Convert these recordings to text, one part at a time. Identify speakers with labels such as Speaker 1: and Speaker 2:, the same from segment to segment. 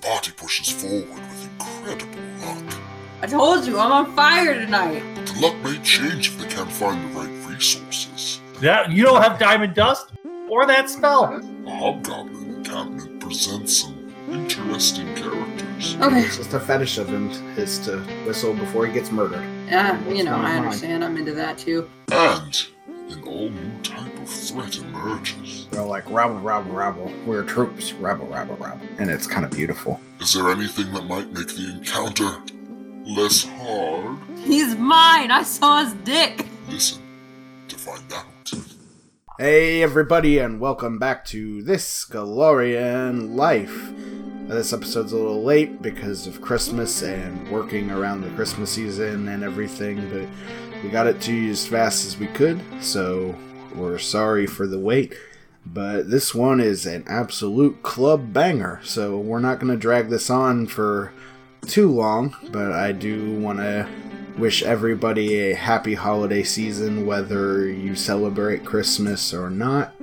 Speaker 1: party pushes forward with incredible luck.
Speaker 2: I told you, I'm on fire tonight.
Speaker 1: But the luck may change if they can't find the right resources.
Speaker 3: That you don't have diamond dust or that spell.
Speaker 1: The Hobgoblin encampment presents some interesting characters.
Speaker 2: Okay.
Speaker 4: It's just a fetish of him is to whistle before he gets murdered.
Speaker 2: Uh, you know, I understand. I'm into that too.
Speaker 1: And an all new type of threat emerges.
Speaker 4: They're like rabble, rabble, rabble. We're troops, rabble, rabble, rabble, and it's kind of beautiful.
Speaker 1: Is there anything that might make the encounter less hard?
Speaker 2: He's mine. I saw his dick.
Speaker 1: Listen to find out.
Speaker 4: Hey everybody, and welcome back to this Galorian life. Uh, This episode's a little late because of Christmas and working around the Christmas season and everything, but we got it to you as fast as we could, so we're sorry for the wait. But this one is an absolute club banger, so we're not going to drag this on for too long, but I do want to wish everybody a happy holiday season, whether you celebrate Christmas or not.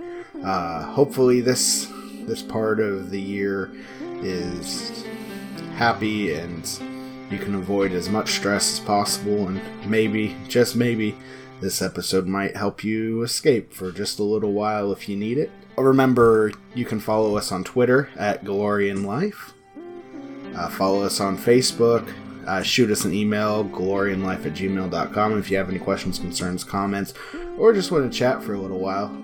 Speaker 4: Uh, hopefully, this this part of the year is happy and you can avoid as much stress as possible. And maybe, just maybe, this episode might help you escape for just a little while if you need it. Remember, you can follow us on Twitter at Galorian Life. Uh, follow us on Facebook. Uh, shoot us an email, gloryandlife at gmail.com, if you have any questions, concerns, comments, or just want to chat for a little while.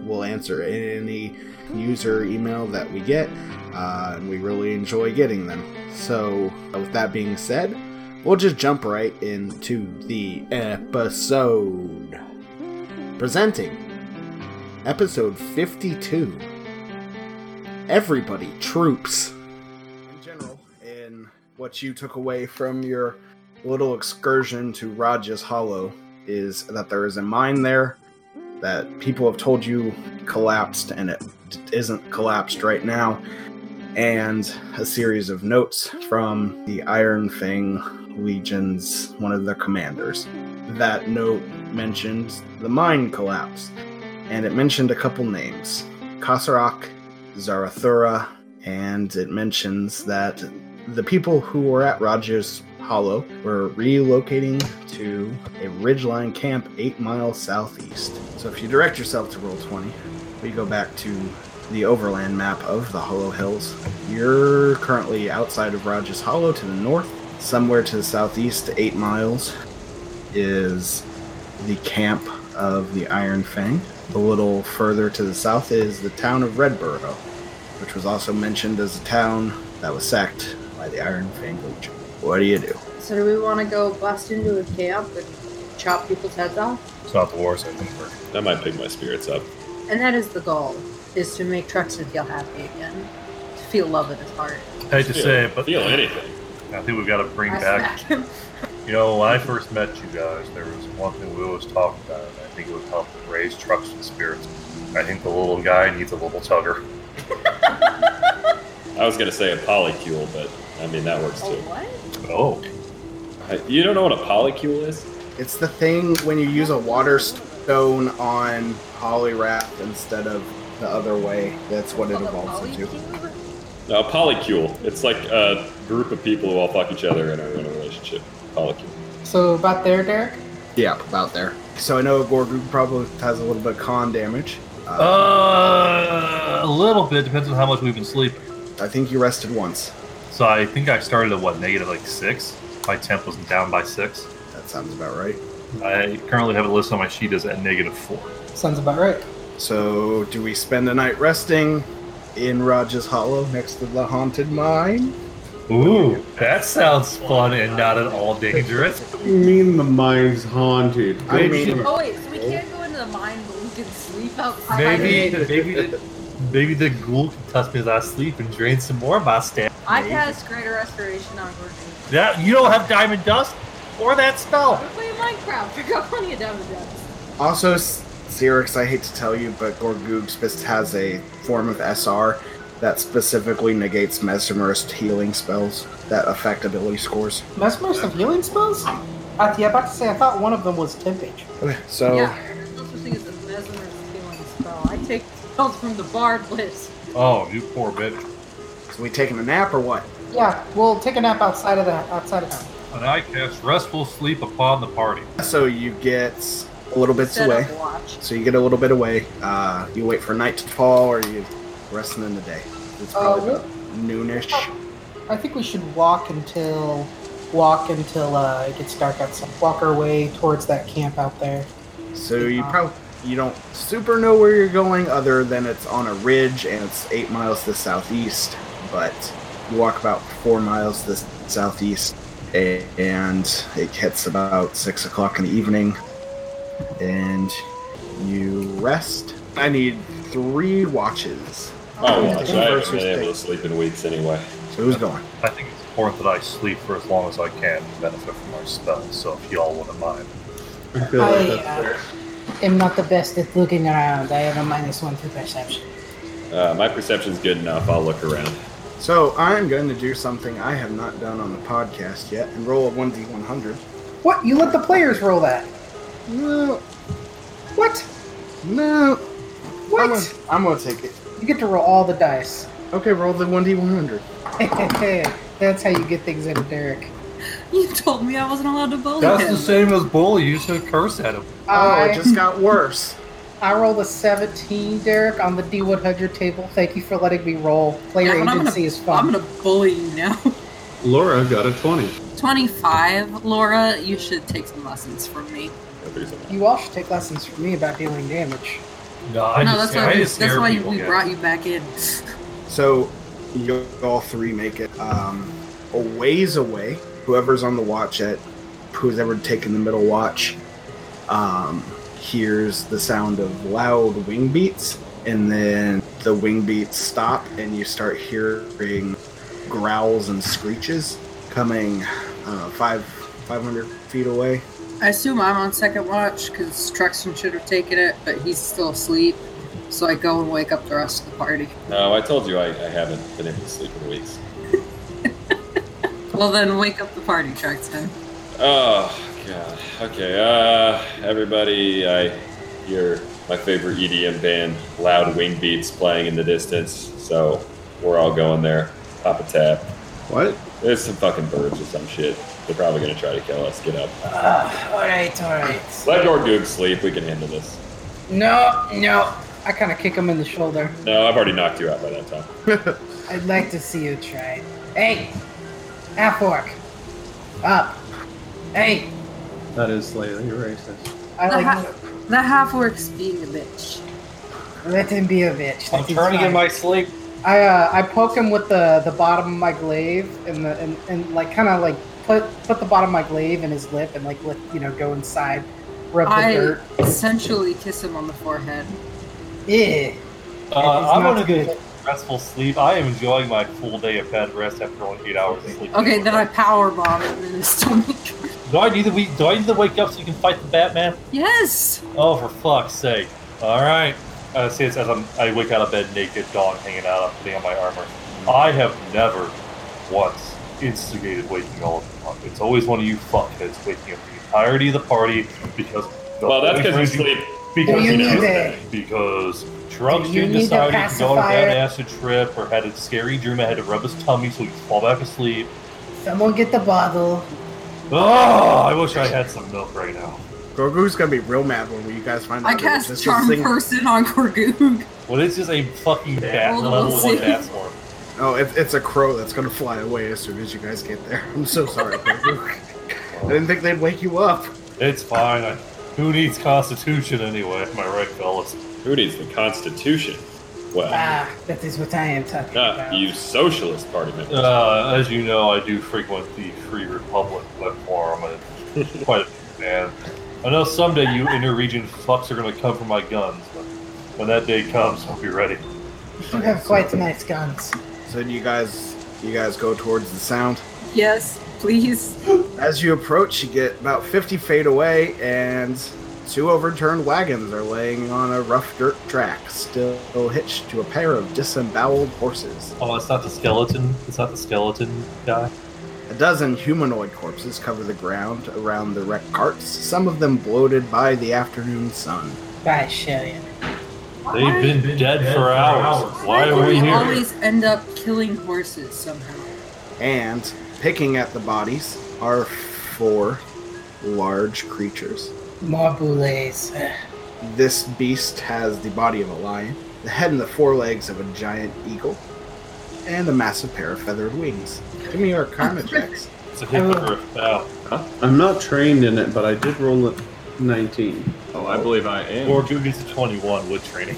Speaker 4: We'll answer any user email that we get, uh, and we really enjoy getting them. So, uh, with that being said, we'll just jump right into the episode. Presenting episode 52 Everybody Troops in general in what you took away from your little excursion to Raja's Hollow is that there is a mine there that people have told you collapsed and it d- isn't collapsed right now and a series of notes from the Iron Fang Legion's one of their commanders that note mentioned the mine collapse and it mentioned a couple names Kasarak, Zarathura, and it mentions that the people who were at Rogers Hollow were relocating to a ridgeline camp eight miles southeast. So if you direct yourself to Roll 20, we go back to the overland map of the Hollow Hills. You're currently outside of Rogers Hollow to the north. Somewhere to the southeast, eight miles, is the camp of the Iron Fang. A little further to the south is the town of Redborough which was also mentioned as a town that was sacked by the Iron Fang Legion. What do you do?
Speaker 2: So do we want to go bust into a camp and chop people's heads off?
Speaker 3: It's not the war, so it didn't work.
Speaker 5: That might pick my spirits up.
Speaker 2: And that is the goal: is to make Truxton feel happy again, to feel love in his heart.
Speaker 3: Hate to
Speaker 5: Feel-
Speaker 3: say it, but
Speaker 5: Feel anything.
Speaker 3: I think we've got to bring
Speaker 2: I
Speaker 3: back.
Speaker 2: smack him.
Speaker 3: You know, when I first met you guys, there was one thing we always talked about, and I think it would help raise trucks and spirits. I think the little guy needs a little tugger.
Speaker 5: I was gonna say a polycule, but I mean that works
Speaker 2: Oh,
Speaker 5: too.
Speaker 2: what?
Speaker 3: Oh,
Speaker 5: I, you don't know what a polycule is?
Speaker 4: It's the thing when you use a water stone on Holyrath instead of the other way. That's what it evolves into.
Speaker 5: No, a polycule. It's like a group of people who all fuck each other and are in a relationship. Polycule.
Speaker 2: So about there, Derek.
Speaker 4: Yeah, about there. So I know Gorgu probably has a little bit of con damage. Uh,
Speaker 3: uh, a little bit depends on how much we've been sleeping.
Speaker 4: I think you rested once.
Speaker 3: So I think I started at what negative like six. My temp was down by six.
Speaker 4: That sounds about right.
Speaker 3: I currently have it listed on my sheet as at negative four.
Speaker 2: Sounds about right.
Speaker 4: So do we spend the night resting in Raj's Hollow next to the haunted mine?
Speaker 3: Ooh, that sounds fun and not at all dangerous.
Speaker 6: You mean the mine's haunted?
Speaker 4: I mean-
Speaker 2: Oh wait, so we can't go into the mine, but we can sleep outside.
Speaker 3: Maybe, maybe, the, maybe the ghoul can touch me as I sleep and drain some more of my stamina.
Speaker 2: I cast Greater Restoration on Gorgon.
Speaker 3: That you don't have diamond dust or that spell.
Speaker 2: We're playing Minecraft. We got plenty of damage done.
Speaker 4: Also, Cyrix, I hate to tell you, but Gorgoogspist has a form of SR that specifically negates mesmerist healing spells that affect ability scores.
Speaker 7: Mesmer's some healing spells? Uh, yeah, about to say, I thought one of them was temp HP.
Speaker 4: So,
Speaker 2: Yeah, there's no such thing as a mesmerist healing spell. I take spells from the bard list.
Speaker 3: Oh, you poor bitch.
Speaker 4: so we taking a nap or what?
Speaker 7: Yeah, we'll take a nap outside of that. Outside of town.
Speaker 3: And I cast restful sleep upon the party.
Speaker 4: So you get a little bit
Speaker 2: Set
Speaker 4: away.
Speaker 2: up watch.
Speaker 4: So you get a little bit away. Uh, you wait for night to fall, or you resting in the day. It's
Speaker 7: Uh,
Speaker 2: Um,
Speaker 4: probably about noonish.
Speaker 7: I think we should walk until walk until uh, it gets dark outside. Walk our way towards that camp out there.
Speaker 4: So you probably you don't super know where you're going, other than it's on a ridge and it's eight miles to the southeast. But you walk about four miles to the southeast, a- and it hits about six o'clock in the evening, and you rest. I need three watches.
Speaker 5: Oh, watch. I haven't
Speaker 4: Versus
Speaker 5: been able to
Speaker 4: six.
Speaker 5: sleep in weeks anyway.
Speaker 4: So who's going?
Speaker 3: I think it's important that I sleep for as long as I can to benefit from our spells, so if y'all wouldn't mind.
Speaker 6: I feel like
Speaker 7: I,
Speaker 6: that's
Speaker 7: uh,
Speaker 6: fair.
Speaker 7: I'm not the best at looking around. I have a minus one to perception.
Speaker 5: Uh, my perception's good enough. I'll look around.
Speaker 4: So I'm going to do something I have not done on the podcast yet and roll a 1d100.
Speaker 7: What? You let the players roll that?
Speaker 4: No,
Speaker 7: What?
Speaker 4: no. I'm gonna,
Speaker 7: What?
Speaker 4: I'm gonna take it.
Speaker 7: You get to roll all the dice.
Speaker 4: Okay, roll the 1d100.
Speaker 7: That's how you get things in, Derek.
Speaker 2: You told me I wasn't allowed to bully
Speaker 3: That's
Speaker 2: him.
Speaker 3: the same as bully. You should curse at him.
Speaker 4: Oh,
Speaker 7: I,
Speaker 4: it just got worse.
Speaker 7: I rolled a 17, Derek, on the D100 table. Thank you for letting me roll. Player
Speaker 2: Yeah, but I'm
Speaker 7: agency
Speaker 2: gonna,
Speaker 7: is fun.
Speaker 2: I'm gonna bully you now.
Speaker 6: Laura got a 20.
Speaker 2: 25, Laura, you should take some lessons from me.
Speaker 5: Nobody's in
Speaker 7: You all should take lessons from me about dealing damage.
Speaker 3: No, I
Speaker 2: no,
Speaker 3: just,
Speaker 2: that's why,
Speaker 3: I
Speaker 2: we,
Speaker 3: just
Speaker 2: that's
Speaker 3: scare
Speaker 2: why
Speaker 3: people,
Speaker 2: we
Speaker 3: yeah.
Speaker 2: brought you back in.
Speaker 4: So you all three make it um, a ways away. Whoever's on the watch at who's ever taken the middle watch um, hears the sound of loud wing beats, and then the wing beats stop, and you start hearing growls and screeches coming uh, five five hundred feet away.
Speaker 2: I assume I'm on second watch because Truxton should have taken it, but he's still asleep. So I go and wake up the rest of the party.
Speaker 5: No, I told you I, I haven't been able to sleep in weeks.
Speaker 2: Well, then wake up the party, Truxton.
Speaker 5: Oh god. Okay. Uh, everybody, I hear my favorite EDM band, Loud Wing Beats, playing in the distance. So we're all going there. Pop a tap.
Speaker 6: What?
Speaker 5: There's some fucking birds or some shit. They're probably gonna try to kill us. Get up.
Speaker 7: alright, alright.
Speaker 5: Let Gorgoog sleep. We can handle this.
Speaker 7: No, no. I kind of kick him in the shoulder.
Speaker 5: No, I've already knocked you out by that time.
Speaker 7: I'd like to see you try. Hey! Afwork! Up! Hey!
Speaker 6: That is slightly racist.
Speaker 7: I
Speaker 2: The,
Speaker 7: like
Speaker 2: ha- the half work's being a bitch.
Speaker 7: Let him be a bitch.
Speaker 3: I'm
Speaker 7: That is
Speaker 3: turning in
Speaker 7: fine.
Speaker 3: my sleep.
Speaker 7: I uh, I poke him with the, the bottom of my glaive and the and, and like kind of like put put the bottom of my glaive in his lip and like let you know go inside, rub the
Speaker 2: I
Speaker 7: dirt.
Speaker 2: essentially kiss him on the forehead.
Speaker 7: Yeah.
Speaker 3: Uh, I
Speaker 7: not
Speaker 3: want to
Speaker 7: good.
Speaker 3: get restful sleep. I am enjoying my full day of bed rest after only eight hours of sleep.
Speaker 2: Okay, then I power bomb him in his stomach.
Speaker 3: Do I need to we, do I need to wake up so you can fight the Batman?
Speaker 2: yes!
Speaker 3: Oh, for fuck's sake! All right. Uh, see, it's as I'm, I wake out of bed naked, dog hanging out, I'm putting on my armor. I have never once instigated waking all of them up. It's always one of you fuckheads waking up the entirety of the party because. the
Speaker 5: Well, that's
Speaker 3: only
Speaker 5: because you
Speaker 3: reason-
Speaker 5: sleep.
Speaker 3: Because
Speaker 7: Do you
Speaker 3: you
Speaker 7: need
Speaker 3: know,
Speaker 7: it?
Speaker 3: because
Speaker 7: Do you
Speaker 3: Trumpston
Speaker 7: need a
Speaker 3: decided he could go on a
Speaker 7: pacifier?
Speaker 3: bad acid trip or had a scary dream I had to rub his tummy so he'd fall back asleep.
Speaker 7: Someone get the bottle.
Speaker 3: Oh, I wish I had some milk right now.
Speaker 4: Gorgu's gonna be real mad when you guys find out.
Speaker 2: I
Speaker 4: that
Speaker 2: cast
Speaker 4: this is
Speaker 2: Charm
Speaker 4: thing-
Speaker 2: Person on Gorgoog.
Speaker 3: Well, this is a fucking bat
Speaker 2: Hold on,
Speaker 3: level
Speaker 2: we'll
Speaker 3: one
Speaker 2: see.
Speaker 3: bat swarm.
Speaker 4: Oh, it, it's a crow that's gonna fly away as soon as you guys get there. I'm so sorry, Gorgu. I didn't think they'd wake you up.
Speaker 3: It's fine. I, who needs constitution anyway? Am I right, fellas?
Speaker 5: Who needs the Constitution? Well,
Speaker 7: Ah, that is what I am talking
Speaker 5: not
Speaker 3: Ah,
Speaker 7: about.
Speaker 5: you socialist party members.
Speaker 3: Uh, as you know, I do frequent the Free Republic web forum. and It's quite a big fan. I know someday you inter-region fucks are going to come for my guns, but when that day comes, I'll be ready.
Speaker 7: You have quite nice guns.
Speaker 4: So do you guys, you guys go towards the sound.
Speaker 2: Yes, please.
Speaker 4: As you approach, you get about 50 feet away, and two overturned wagons are laying on a rough dirt track, still hitched to a pair of disemboweled horses.
Speaker 3: Oh, it's not the skeleton. It's not the skeleton guy.
Speaker 4: A dozen humanoid corpses cover the ground around the wrecked carts, some of them bloated by the afternoon sun.
Speaker 7: Bye, Shelly.
Speaker 3: They've been dead for hours. Why
Speaker 2: do
Speaker 3: are we
Speaker 2: we
Speaker 3: here?
Speaker 2: always end up killing horses somehow?
Speaker 4: And picking at the bodies are four large creatures.
Speaker 7: Marbules.
Speaker 4: This beast has the body of a lion, the head and the forelegs of a giant eagle, and a massive pair of feathered wings. Give me your karma checks.
Speaker 3: It's a hit for a foul.
Speaker 6: I'm not trained in it, but I did roll a 19.
Speaker 5: Oh, I believe I am.
Speaker 3: Gorgu gets a 21 with training.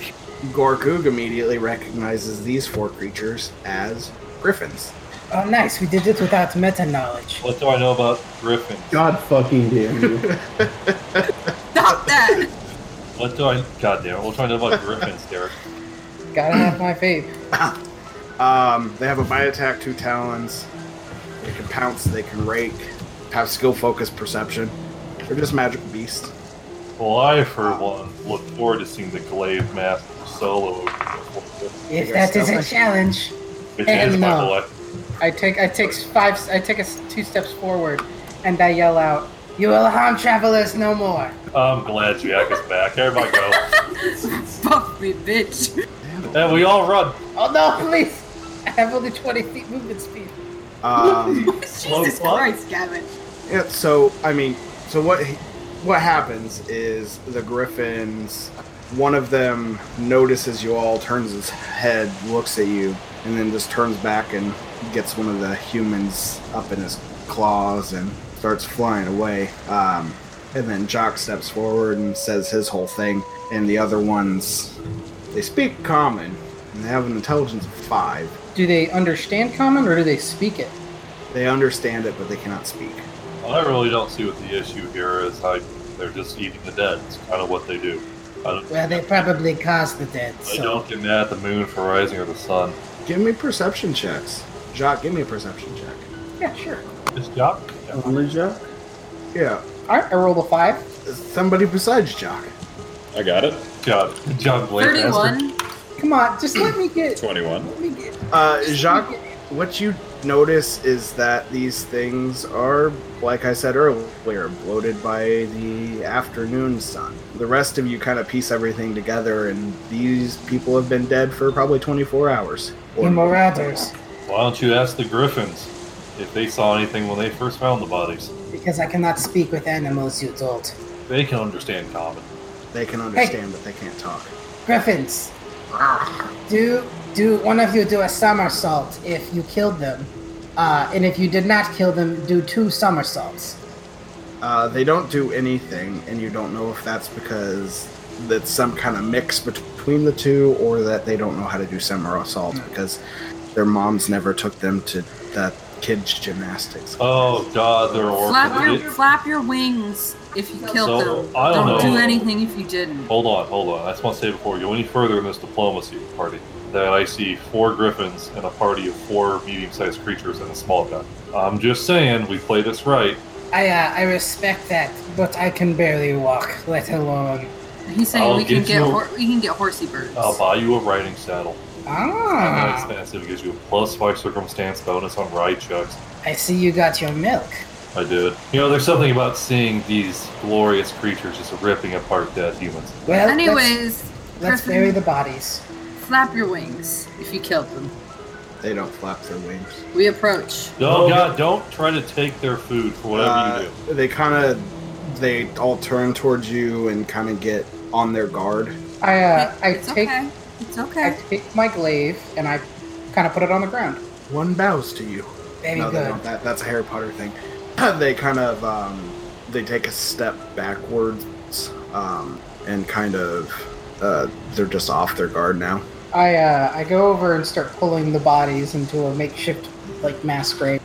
Speaker 4: Gorgug immediately recognizes these four creatures as griffins.
Speaker 7: Oh, nice. We did it without meta knowledge.
Speaker 3: What do I know about Griffin?
Speaker 6: God fucking damn you.
Speaker 2: Stop that!
Speaker 3: What do I? God damn it! What do I know about Griffins, Derek?
Speaker 7: Gotta have my faith.
Speaker 4: Um, they have a bite attack, two talons. They can pounce, they can rake, have skill, focus, perception. They're just magic beasts.
Speaker 3: Well, I for one look forward to seeing the Glaive Master solo.
Speaker 7: If
Speaker 4: I guess
Speaker 7: that is a
Speaker 4: that's-
Speaker 7: challenge,
Speaker 3: It
Speaker 7: Hey,
Speaker 3: is, by the
Speaker 7: no.
Speaker 3: way.
Speaker 7: I take I take five I take a s two steps forward, and I yell out, "You will harm travelers no more."
Speaker 3: I'm glad Jack is back. Everybody go.
Speaker 2: Fuck me, bitch.
Speaker 3: and we all run.
Speaker 7: Oh no, please! I have only twenty feet movement speed.
Speaker 4: Um,
Speaker 2: Jesus
Speaker 3: fuck.
Speaker 2: Christ, Gavin.
Speaker 4: Yeah, so I mean, so what what happens is the griffins one of them notices you all, turns his head, looks at you, and then just turns back and gets one of the humans up in his claws and starts flying away. Um, and then Jock steps forward and says his whole thing, and the other ones they speak common and they have an intelligence of five.
Speaker 7: Do they understand common or do they speak it?
Speaker 4: They understand it, but they cannot speak.
Speaker 3: I really don't see what the issue here is. I, they're just eating the dead. It's kind of what they do. I don't,
Speaker 7: Well, they probably caused the dead.
Speaker 3: I
Speaker 7: So
Speaker 3: don't get mad at the moon for rising or the sun.
Speaker 4: Give me perception checks. Jock, give me a perception check.
Speaker 7: yeah, sure.
Speaker 3: Is Jock? Yeah.
Speaker 6: Only Jack?
Speaker 4: Yeah.
Speaker 7: All right, I rolled a five.
Speaker 4: Somebody besides Jock.
Speaker 5: I got it.
Speaker 3: God, John Glaive Master.
Speaker 2: 31.
Speaker 7: Come on, just let me get.
Speaker 5: 21.
Speaker 7: Let me get.
Speaker 4: Uh, Jacques, what you notice is that these things are, like I said earlier, bloated by the afternoon sun. The rest of you kind of piece everything together, and these people have been dead for probably 24 hours.
Speaker 7: You marauders,
Speaker 3: Why don't you ask the Griffins if they saw anything when they first found the bodies?
Speaker 7: because I cannot speak with animals. You told
Speaker 3: They can understand common.
Speaker 4: They can understand, but they can't talk.
Speaker 7: griffins. Do do one of you do a somersault if you killed them, uh, and if you did not kill them, do two somersaults.
Speaker 4: Uh, they don't do anything, and you don't know if that's because that's some kind of mix between the two, or that they don't know how to do somersaults because their moms never took them to that kids gymnastics.
Speaker 3: Oh God, they're
Speaker 2: Flap
Speaker 3: orphans.
Speaker 2: your, flap your wings if you killed
Speaker 3: So,
Speaker 2: them.
Speaker 3: I don't know.
Speaker 2: do anything if you didn't.
Speaker 3: Hold on, hold on. I just want to say before we go any further in this diplomacy party that I see four griffins and a party of four medium-sized creatures and a small guy. I'm just saying we play this right.
Speaker 7: I uh, I respect that, but I can barely walk, let alone.
Speaker 2: He's saying
Speaker 3: I'll
Speaker 2: we can
Speaker 3: give
Speaker 2: get
Speaker 3: you- Oh,
Speaker 2: hor- we can get horsey birds.
Speaker 3: I'll buy you a riding saddle. It's not
Speaker 7: Ah,
Speaker 3: expensive. It gives you a plus five circumstance bonus on ride checks.
Speaker 7: I see you got your milk.
Speaker 3: I did. You know, there's something about seeing these glorious creatures just ripping apart dead humans.
Speaker 7: Well, let's-
Speaker 2: Anyways,
Speaker 7: let's,
Speaker 2: Griffin,
Speaker 7: bury the bodies.
Speaker 2: flap your wings if you killed them.
Speaker 4: They don't flap their wings.
Speaker 2: We approach.
Speaker 3: No, God, don't try to take their food for whatever
Speaker 4: Uh,
Speaker 3: you do.
Speaker 4: They kind of, they all turn towards you and kind of get on their guard.
Speaker 7: I uh, I
Speaker 2: it's
Speaker 7: take
Speaker 2: okay. It's
Speaker 7: I
Speaker 2: okay.
Speaker 7: take my glaive and I kind of put it on the ground.
Speaker 4: One bows to you.
Speaker 7: Very
Speaker 4: no, they
Speaker 7: good.
Speaker 4: don't. That, that's a Harry Potter thing. they kind of um, they take a step backwards um, and kind of uh, they're just off their guard now.
Speaker 7: I uh, I go over and start pulling the bodies into a makeshift like mass grave.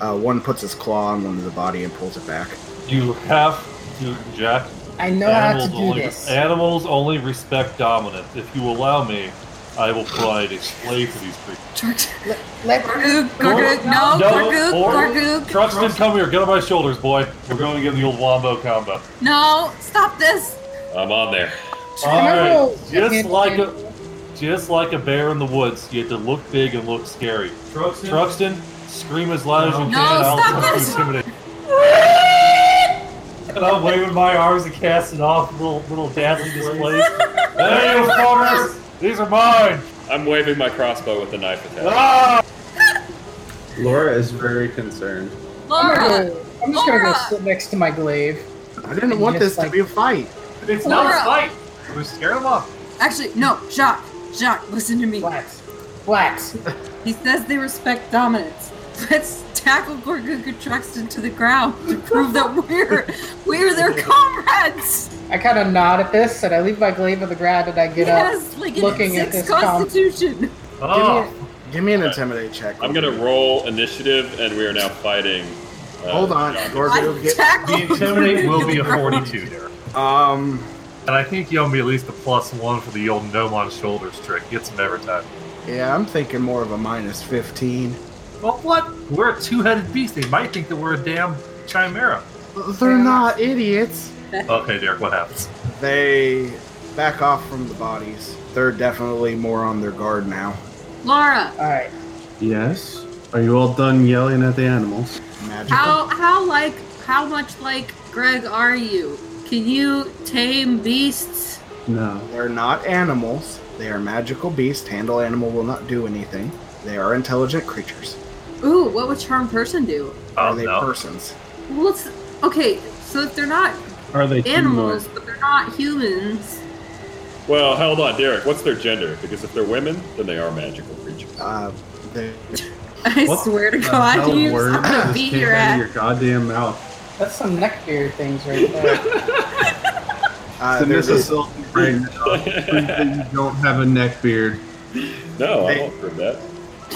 Speaker 4: Uh, one puts his claw on one of the body and pulls it back.
Speaker 3: You have to, Jack.
Speaker 7: I know
Speaker 3: animals
Speaker 7: how to do
Speaker 3: only,
Speaker 7: this.
Speaker 3: Animals only respect dominance. If you allow me, I will provide a slave for these creatures.
Speaker 2: Torg-
Speaker 7: Let, let-
Speaker 2: Gorgoog, Gorgoog, no,
Speaker 3: No,
Speaker 2: Gorgoog,
Speaker 3: or-
Speaker 2: Gorgoog.
Speaker 3: Truxton, come here. Get on my shoulders, boy. We're going to give him the old wombo combo.
Speaker 2: No, stop this.
Speaker 5: I'm on there.
Speaker 3: All
Speaker 7: Can I roll
Speaker 3: right. Just
Speaker 7: hand-
Speaker 3: like a, just like a bear in the woods, you have to look big and look scary.
Speaker 6: Truxton?
Speaker 3: Truxton, scream as loud as you
Speaker 2: No,
Speaker 3: can. I'll
Speaker 2: stop
Speaker 3: try to
Speaker 2: this.
Speaker 3: intimidate. And I'm waving my arms and casting off little little dazzling displays. hey, you fuckers! These are mine.
Speaker 5: I'm waving my crossbow with a knife attack.
Speaker 3: Ah!
Speaker 6: Laura is very concerned.
Speaker 7: I'm,
Speaker 8: Laura,
Speaker 7: gonna, I'm just gonna go
Speaker 8: Laura!
Speaker 7: sit next to my glaive.
Speaker 4: I didn't want this to be a fight.
Speaker 3: It's not
Speaker 8: Laura.
Speaker 3: a fight. It was scare him up.
Speaker 2: Actually, no, Jacques, Jacques, listen to me.
Speaker 7: What? What?
Speaker 2: He says they respect dominance. Let's tackle Gorguga Truxton to the ground to prove that we're we're their comrades.
Speaker 7: I kind of nod at this, and I leave my glaive on the ground, and I get up.
Speaker 2: yes, like in
Speaker 7: looking at
Speaker 2: six
Speaker 7: this com-
Speaker 2: Constitution.
Speaker 3: Oh,
Speaker 4: Give me an intimidate check.
Speaker 5: I'm gonna roll initiative, and we are now fighting. Uh,
Speaker 4: Hold on,
Speaker 5: John.
Speaker 4: Gorg will
Speaker 2: I
Speaker 4: get.
Speaker 3: the
Speaker 2: tackle.
Speaker 3: intimidate
Speaker 2: Gorguga
Speaker 3: will be
Speaker 2: to
Speaker 3: a
Speaker 2: the ground.
Speaker 3: 42 there.
Speaker 4: Um,
Speaker 3: And I think you owe me at least a plus one for the old gnome on shoulders trick. Gets him every time.
Speaker 4: yeah, I'm thinking more of a minus fifteen.
Speaker 3: Well, what? We're a two-headed beast. They might think that we're a damn chimera.
Speaker 4: They're not idiots.
Speaker 3: Okay, Derek, what happens?
Speaker 4: They back off from the bodies. They're definitely more on their guard now.
Speaker 2: Laura,
Speaker 7: All right.
Speaker 6: Yes? Are you all done yelling at the animals?
Speaker 4: Magical.
Speaker 2: how how like how much like Greg are you? Can you tame beasts?
Speaker 6: No.
Speaker 4: They're not animals. They are magical beasts. Handle animal will not do anything. They are intelligent creatures.
Speaker 2: Ooh, what would charm person do?
Speaker 3: Oh
Speaker 4: are they
Speaker 3: no.
Speaker 4: persons?
Speaker 2: Well, it's okay. So if they're not
Speaker 6: Are they
Speaker 2: animals, but they're not humans.
Speaker 5: Well, hold on, Derek. What's their gender? Because if they're women, then they are magical creatures.
Speaker 4: Uh, they,
Speaker 2: I
Speaker 3: What
Speaker 2: swear to
Speaker 6: humanoid?
Speaker 2: God,
Speaker 6: The
Speaker 2: you
Speaker 6: hell word
Speaker 2: I'm gonna
Speaker 6: just
Speaker 2: beat
Speaker 6: came
Speaker 2: your
Speaker 6: out
Speaker 2: ass.
Speaker 6: of your goddamn mouth.
Speaker 7: That's some neckbeard things right there.
Speaker 4: uh,
Speaker 6: Send
Speaker 4: they're
Speaker 6: us a
Speaker 4: just,
Speaker 6: selfie right now. Prove that you don't have a neck beard.
Speaker 5: No, I
Speaker 4: They-
Speaker 5: won't prove that.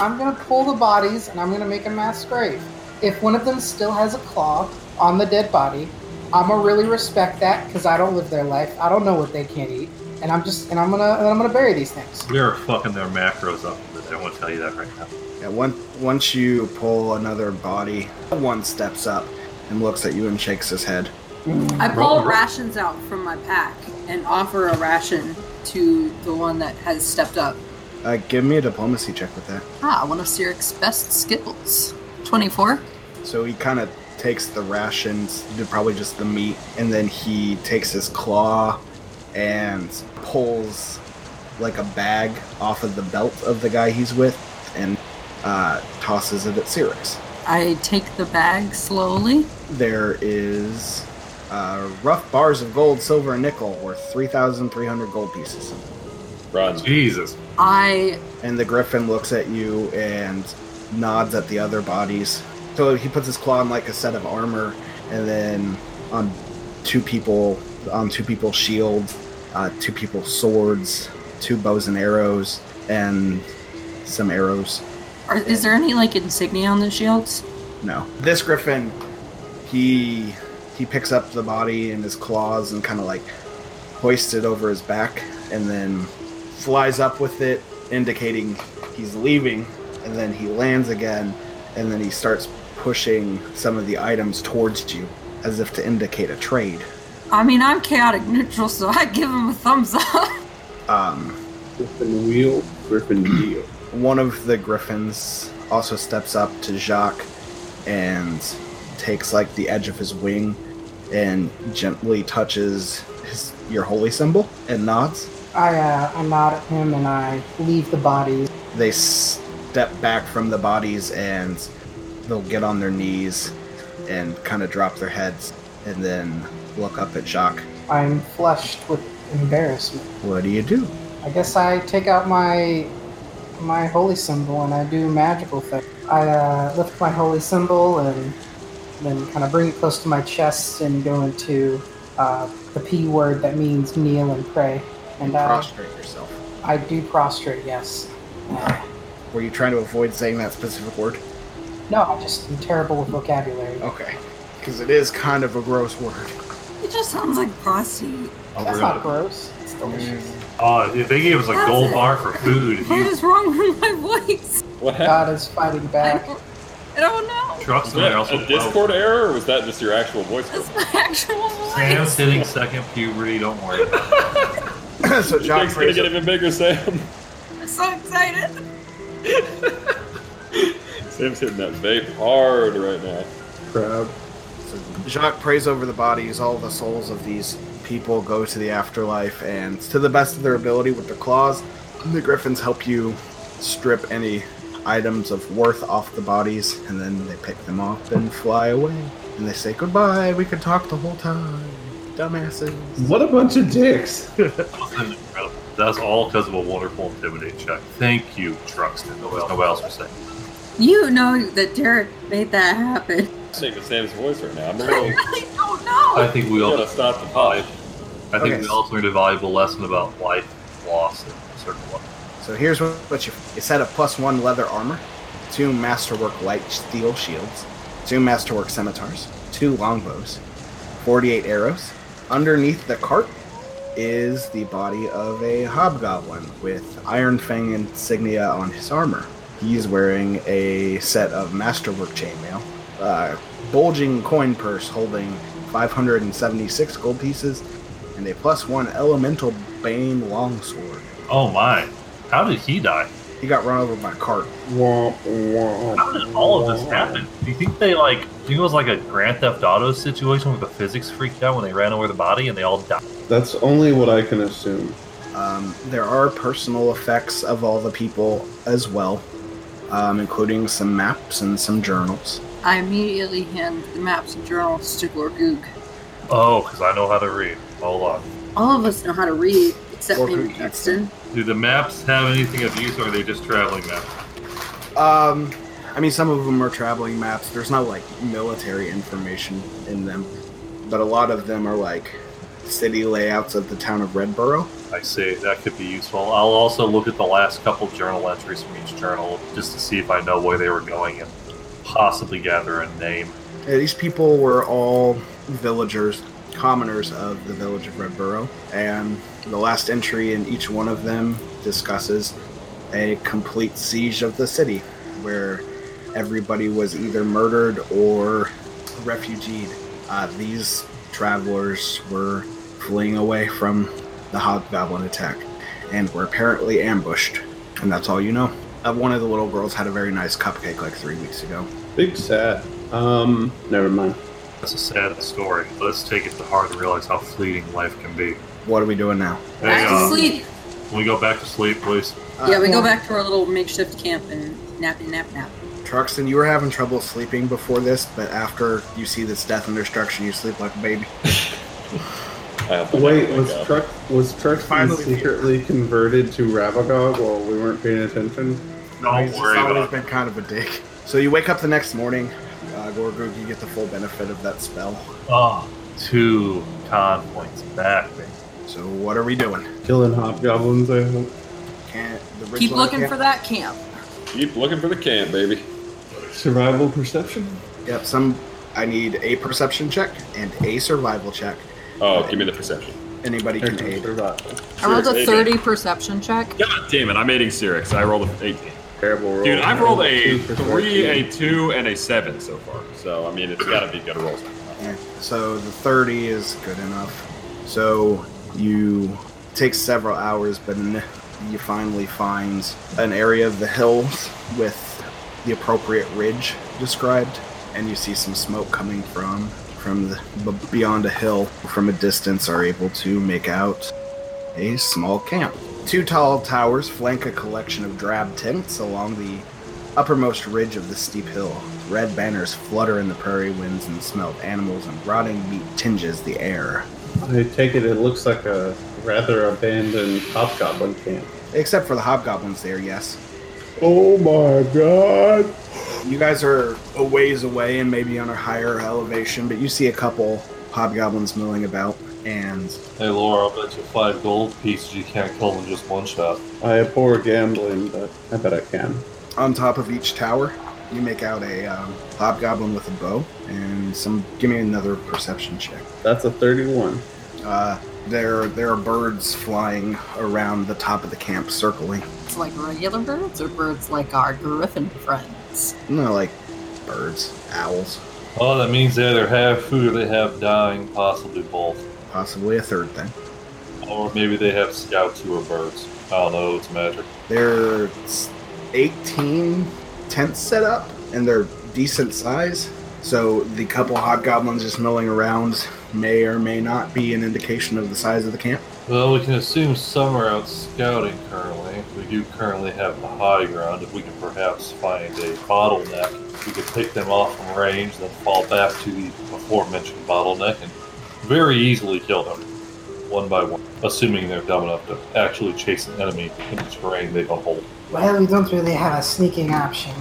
Speaker 7: I'm gonna pull the bodies, and I'm gonna make a mass grave. If one of them still has a claw on the dead body, I'm gonna really respect that because I don't live their life. I don't know what they can't eat, and I'm just and I'm gonna and I'm gonna bury these things.
Speaker 3: We are fucking their macros up. I want to tell you that right now.
Speaker 4: yeah, once once you pull another body, one steps up and looks at you and shakes his head.
Speaker 2: I
Speaker 3: Roll-
Speaker 2: pull
Speaker 3: roll.
Speaker 2: rations out from my pack and offer a ration to the one that has stepped up.
Speaker 4: Uh, give me a diplomacy check with that.
Speaker 2: Ah, one of Siric's best skills. 24.
Speaker 4: So he kind of takes the rations, they're probably just the meat, and then he takes his claw and pulls like a bag off of the belt of the guy he's with and uh, tosses it at Cyrix.
Speaker 2: I take the bag slowly.
Speaker 4: There is uh, rough bars of gold, silver, and nickel worth 3,300 gold pieces.
Speaker 5: Bronze.
Speaker 3: Jesus.
Speaker 2: I
Speaker 4: And the griffin looks at you and nods at the other bodies. So he puts his claw on like a set of armor, and then on two people, on two people's shields, uh, two people's swords, two bows and arrows, and some arrows.
Speaker 2: are, is there any like insignia on the shields?
Speaker 4: No, this griffin, he he picks up the body in his claws and kind of like hoists it over his back, and then flies up with it, indicating he's leaving. And then he lands again, and then he starts pushing some of the items towards you, as if to indicate a trade.
Speaker 2: I mean, I'm chaotic neutral, so I give him a thumbs up.
Speaker 4: Um,
Speaker 6: Griffin wheel, Griffin deal.
Speaker 4: One of the griffins also steps up to Jacques and takes like the edge of his wing and gently touches his, your holy symbol and nods.
Speaker 7: I uh, I nod at him and I leave the bodies.
Speaker 4: They step back from the bodies and they'll get on their knees and kind of drop their heads and then look up at Jacques.
Speaker 7: I'm flushed with embarrassment.
Speaker 4: What do you do?
Speaker 7: I guess I take out my my holy symbol and I do magical thing. I uh, lift my holy symbol and then kind of bring it close to my chest and go into uh, the P word that means kneel and pray. And uh,
Speaker 4: Prostrate yourself.
Speaker 7: I do prostrate. Yes.
Speaker 4: Were you trying to avoid saying that specific word?
Speaker 7: No, I just am terrible with vocabulary.
Speaker 4: Okay. Because it is kind of a gross word.
Speaker 2: It just sounds like prostitute.
Speaker 3: Oh,
Speaker 7: That's
Speaker 3: we're
Speaker 7: not
Speaker 3: gonna,
Speaker 7: gross. It's delicious.
Speaker 3: uh, if they gave us a gold bar for food,
Speaker 2: What
Speaker 3: if
Speaker 2: is wrong with my voice?
Speaker 5: What happened?
Speaker 7: God is fighting
Speaker 2: I
Speaker 7: back.
Speaker 2: don't, I don't know.
Speaker 3: you trucks
Speaker 5: Was
Speaker 3: and they
Speaker 5: that
Speaker 3: also
Speaker 5: a Discord error, or was that just your actual voice?
Speaker 2: That's my actual voice.
Speaker 3: Sam's hitting second puberty. Don't worry. about it.
Speaker 4: so Jacques
Speaker 5: Jake's gonna
Speaker 4: brings
Speaker 5: get
Speaker 4: up
Speaker 5: even bigger, Sam.
Speaker 2: I'm so excited.
Speaker 5: Sam's hitting that vape hard right now.
Speaker 6: Crab.
Speaker 4: Jacques prays over the bodies. All the souls of these people go to the afterlife, and to the best of their ability with their claws, the griffins help you strip any items of worth off the bodies, and then they pick them up and fly away. And they say, Goodbye, we could talk the whole time. Dumbasses.
Speaker 6: What a bunch of dicks.
Speaker 3: Incredible. That's all because of a wonderful intimidate check. Thank you, Truxton. No, no else for saying.
Speaker 2: You know that Derek made that happen.
Speaker 5: Sing the Sam's voice right now. I'm a
Speaker 2: I
Speaker 5: little
Speaker 2: really don't know.
Speaker 3: I think we all.
Speaker 5: gonna stop the pod.
Speaker 3: I think
Speaker 4: Okay.
Speaker 3: we all learned a valuable lesson about life, loss, and certain life.
Speaker 4: So here's what, what you it's had a plus one leather armor, two masterwork light steel shields, two masterwork scimitars, two longbows, 48 arrows. Underneath the cart is the body of a hobgoblin with Iron Fang insignia on his armor. He's wearing a set of masterwork chainmail, a bulging coin purse holding 576 gold pieces, and a plus one elemental bane longsword.
Speaker 3: Oh my! How did he die?
Speaker 4: He got run over by a cart.
Speaker 6: Wah, wah,
Speaker 3: How did all of this
Speaker 6: wah.
Speaker 3: happen? Do you think they like? Do you think it was like a Grand Theft Auto situation where the physics freaked out when they ran over the body and they all died?
Speaker 6: That's only what I can assume.
Speaker 4: Um, there are personal effects of all the people as well, um, including some maps and some journals.
Speaker 2: I immediately hand the maps and journals to Gorgoog.
Speaker 3: Oh, because I know how to read. Hold on.
Speaker 2: All of us know how to read, except maybe
Speaker 4: Gorgoog.
Speaker 2: Paxton.
Speaker 3: Do the maps have anything of use, or are they just traveling maps?
Speaker 4: Um, I mean, some of them are traveling maps. There's not like military information in them, but a lot of them are like city layouts of the town of Redboro.
Speaker 3: I see. That could be useful. I'll also look at the last couple journal entries from each journal just to see if I know where they were going and possibly gather a name.
Speaker 4: Yeah, these people were all villagers, commoners of the village of Redboro, and the last entry in each one of them discusses a complete siege of the city, where everybody was either murdered or refugeed. Uh, these travelers were fleeing away from the hobgoblin attack and were apparently ambushed, and that's all you know. Uh, one of the little girls had a very nice cupcake like three weeks ago.
Speaker 6: Big sad. Um, never mind.
Speaker 3: That's a sad story. Let's take it to heart and realize how fleeting life can be.
Speaker 4: What are we doing now?
Speaker 3: Hang
Speaker 2: Back to
Speaker 3: on.
Speaker 2: sleep.
Speaker 3: Can we go back to sleep, please?
Speaker 2: yeah, we
Speaker 4: Uh,
Speaker 2: go back to our little makeshift camp and nap and nap nap.
Speaker 4: Truxton, you were having trouble sleeping before this, but after you see this death and destruction, you sleep like a baby.
Speaker 5: I hope I
Speaker 6: Wait,
Speaker 5: never
Speaker 6: was
Speaker 5: wake up.
Speaker 6: Truck was Truck
Speaker 4: Finally.
Speaker 6: secretly converted to Ravagog while we weren't paying attention?
Speaker 3: Don't
Speaker 4: He's
Speaker 3: worry
Speaker 4: always
Speaker 3: about it.
Speaker 4: been kind of a dick. So you wake up the next morning, uh, Gorgoog, you get the full benefit of that spell.
Speaker 3: Oh, two con points back. man.
Speaker 4: So what are we doing?
Speaker 6: Killing hobgoblins, I hope.
Speaker 4: Can't the
Speaker 2: Keep
Speaker 4: Ridgeline
Speaker 2: looking
Speaker 4: camp-
Speaker 2: for that camp.
Speaker 5: Keep looking for the camp, baby.
Speaker 6: Survival perception?
Speaker 4: Yep, some. I need a perception check and a survival check.
Speaker 5: Oh, give me the perception.
Speaker 4: Anybody can aid.
Speaker 6: Survival.
Speaker 2: I rolled a
Speaker 5: Sure.
Speaker 2: 30 perception check.
Speaker 5: God damn it! I'm aiding Cyrix. I rolled an 18.
Speaker 6: Terrible roll.
Speaker 5: Dude, I've rolled a
Speaker 6: Two for
Speaker 5: three,
Speaker 6: 13.
Speaker 5: a two, and a seven so far. So I mean, it's gotta be good rolls.
Speaker 4: Yeah, So the 30 is good enough. So you take several hours, but n- you finally find an area of the hills with the appropriate ridge described, and you see some smoke coming from from the, b- beyond a hill. From a distance, are able to make out a small camp. Two tall towers flank a collection of drab tents along the uppermost ridge of the steep hill. Red banners flutter in the prairie winds and smell of animals and rotting meat tinges the air.
Speaker 6: I take it it looks like a rather abandoned hobgoblin camp.
Speaker 4: Except for the hobgoblins there, yes.
Speaker 6: Oh my god!
Speaker 4: You guys are a ways away and maybe on a higher elevation, but you see a couple hobgoblins milling about and
Speaker 3: Hey, Laura, I'll bet you five gold pieces you can't kill them in just one shot.
Speaker 6: I abhor gambling, but I bet I can.
Speaker 4: on top of each tower you make out a um, hobgoblin with a bow and some give me another perception check.
Speaker 6: That's a 31.
Speaker 4: Uh, there there are birds flying around the top of the camp circling.
Speaker 2: It's like regular birds or birds like our griffin friends.
Speaker 4: No like birds, owls,
Speaker 3: Oh, that means they either have food or they have dying, possibly both.
Speaker 4: possibly a third thing.
Speaker 3: Or maybe they have scouts who are birds. I don't know, it's magic.
Speaker 4: There's 18 tents set up, and they're decent size. So the couple hobgoblins just milling around may or may not be an indication of the size of the camp.
Speaker 3: Well, we can assume some are out scouting currently. We do currently have the high ground. If we can perhaps find a bottleneck, we could take them off from range, then fall back to the aforementioned bottleneck and very easily kill them one by one, assuming they're dumb enough to actually chase an enemy in the terrain they don't hold.
Speaker 7: Well, we don't really have a sneaking option.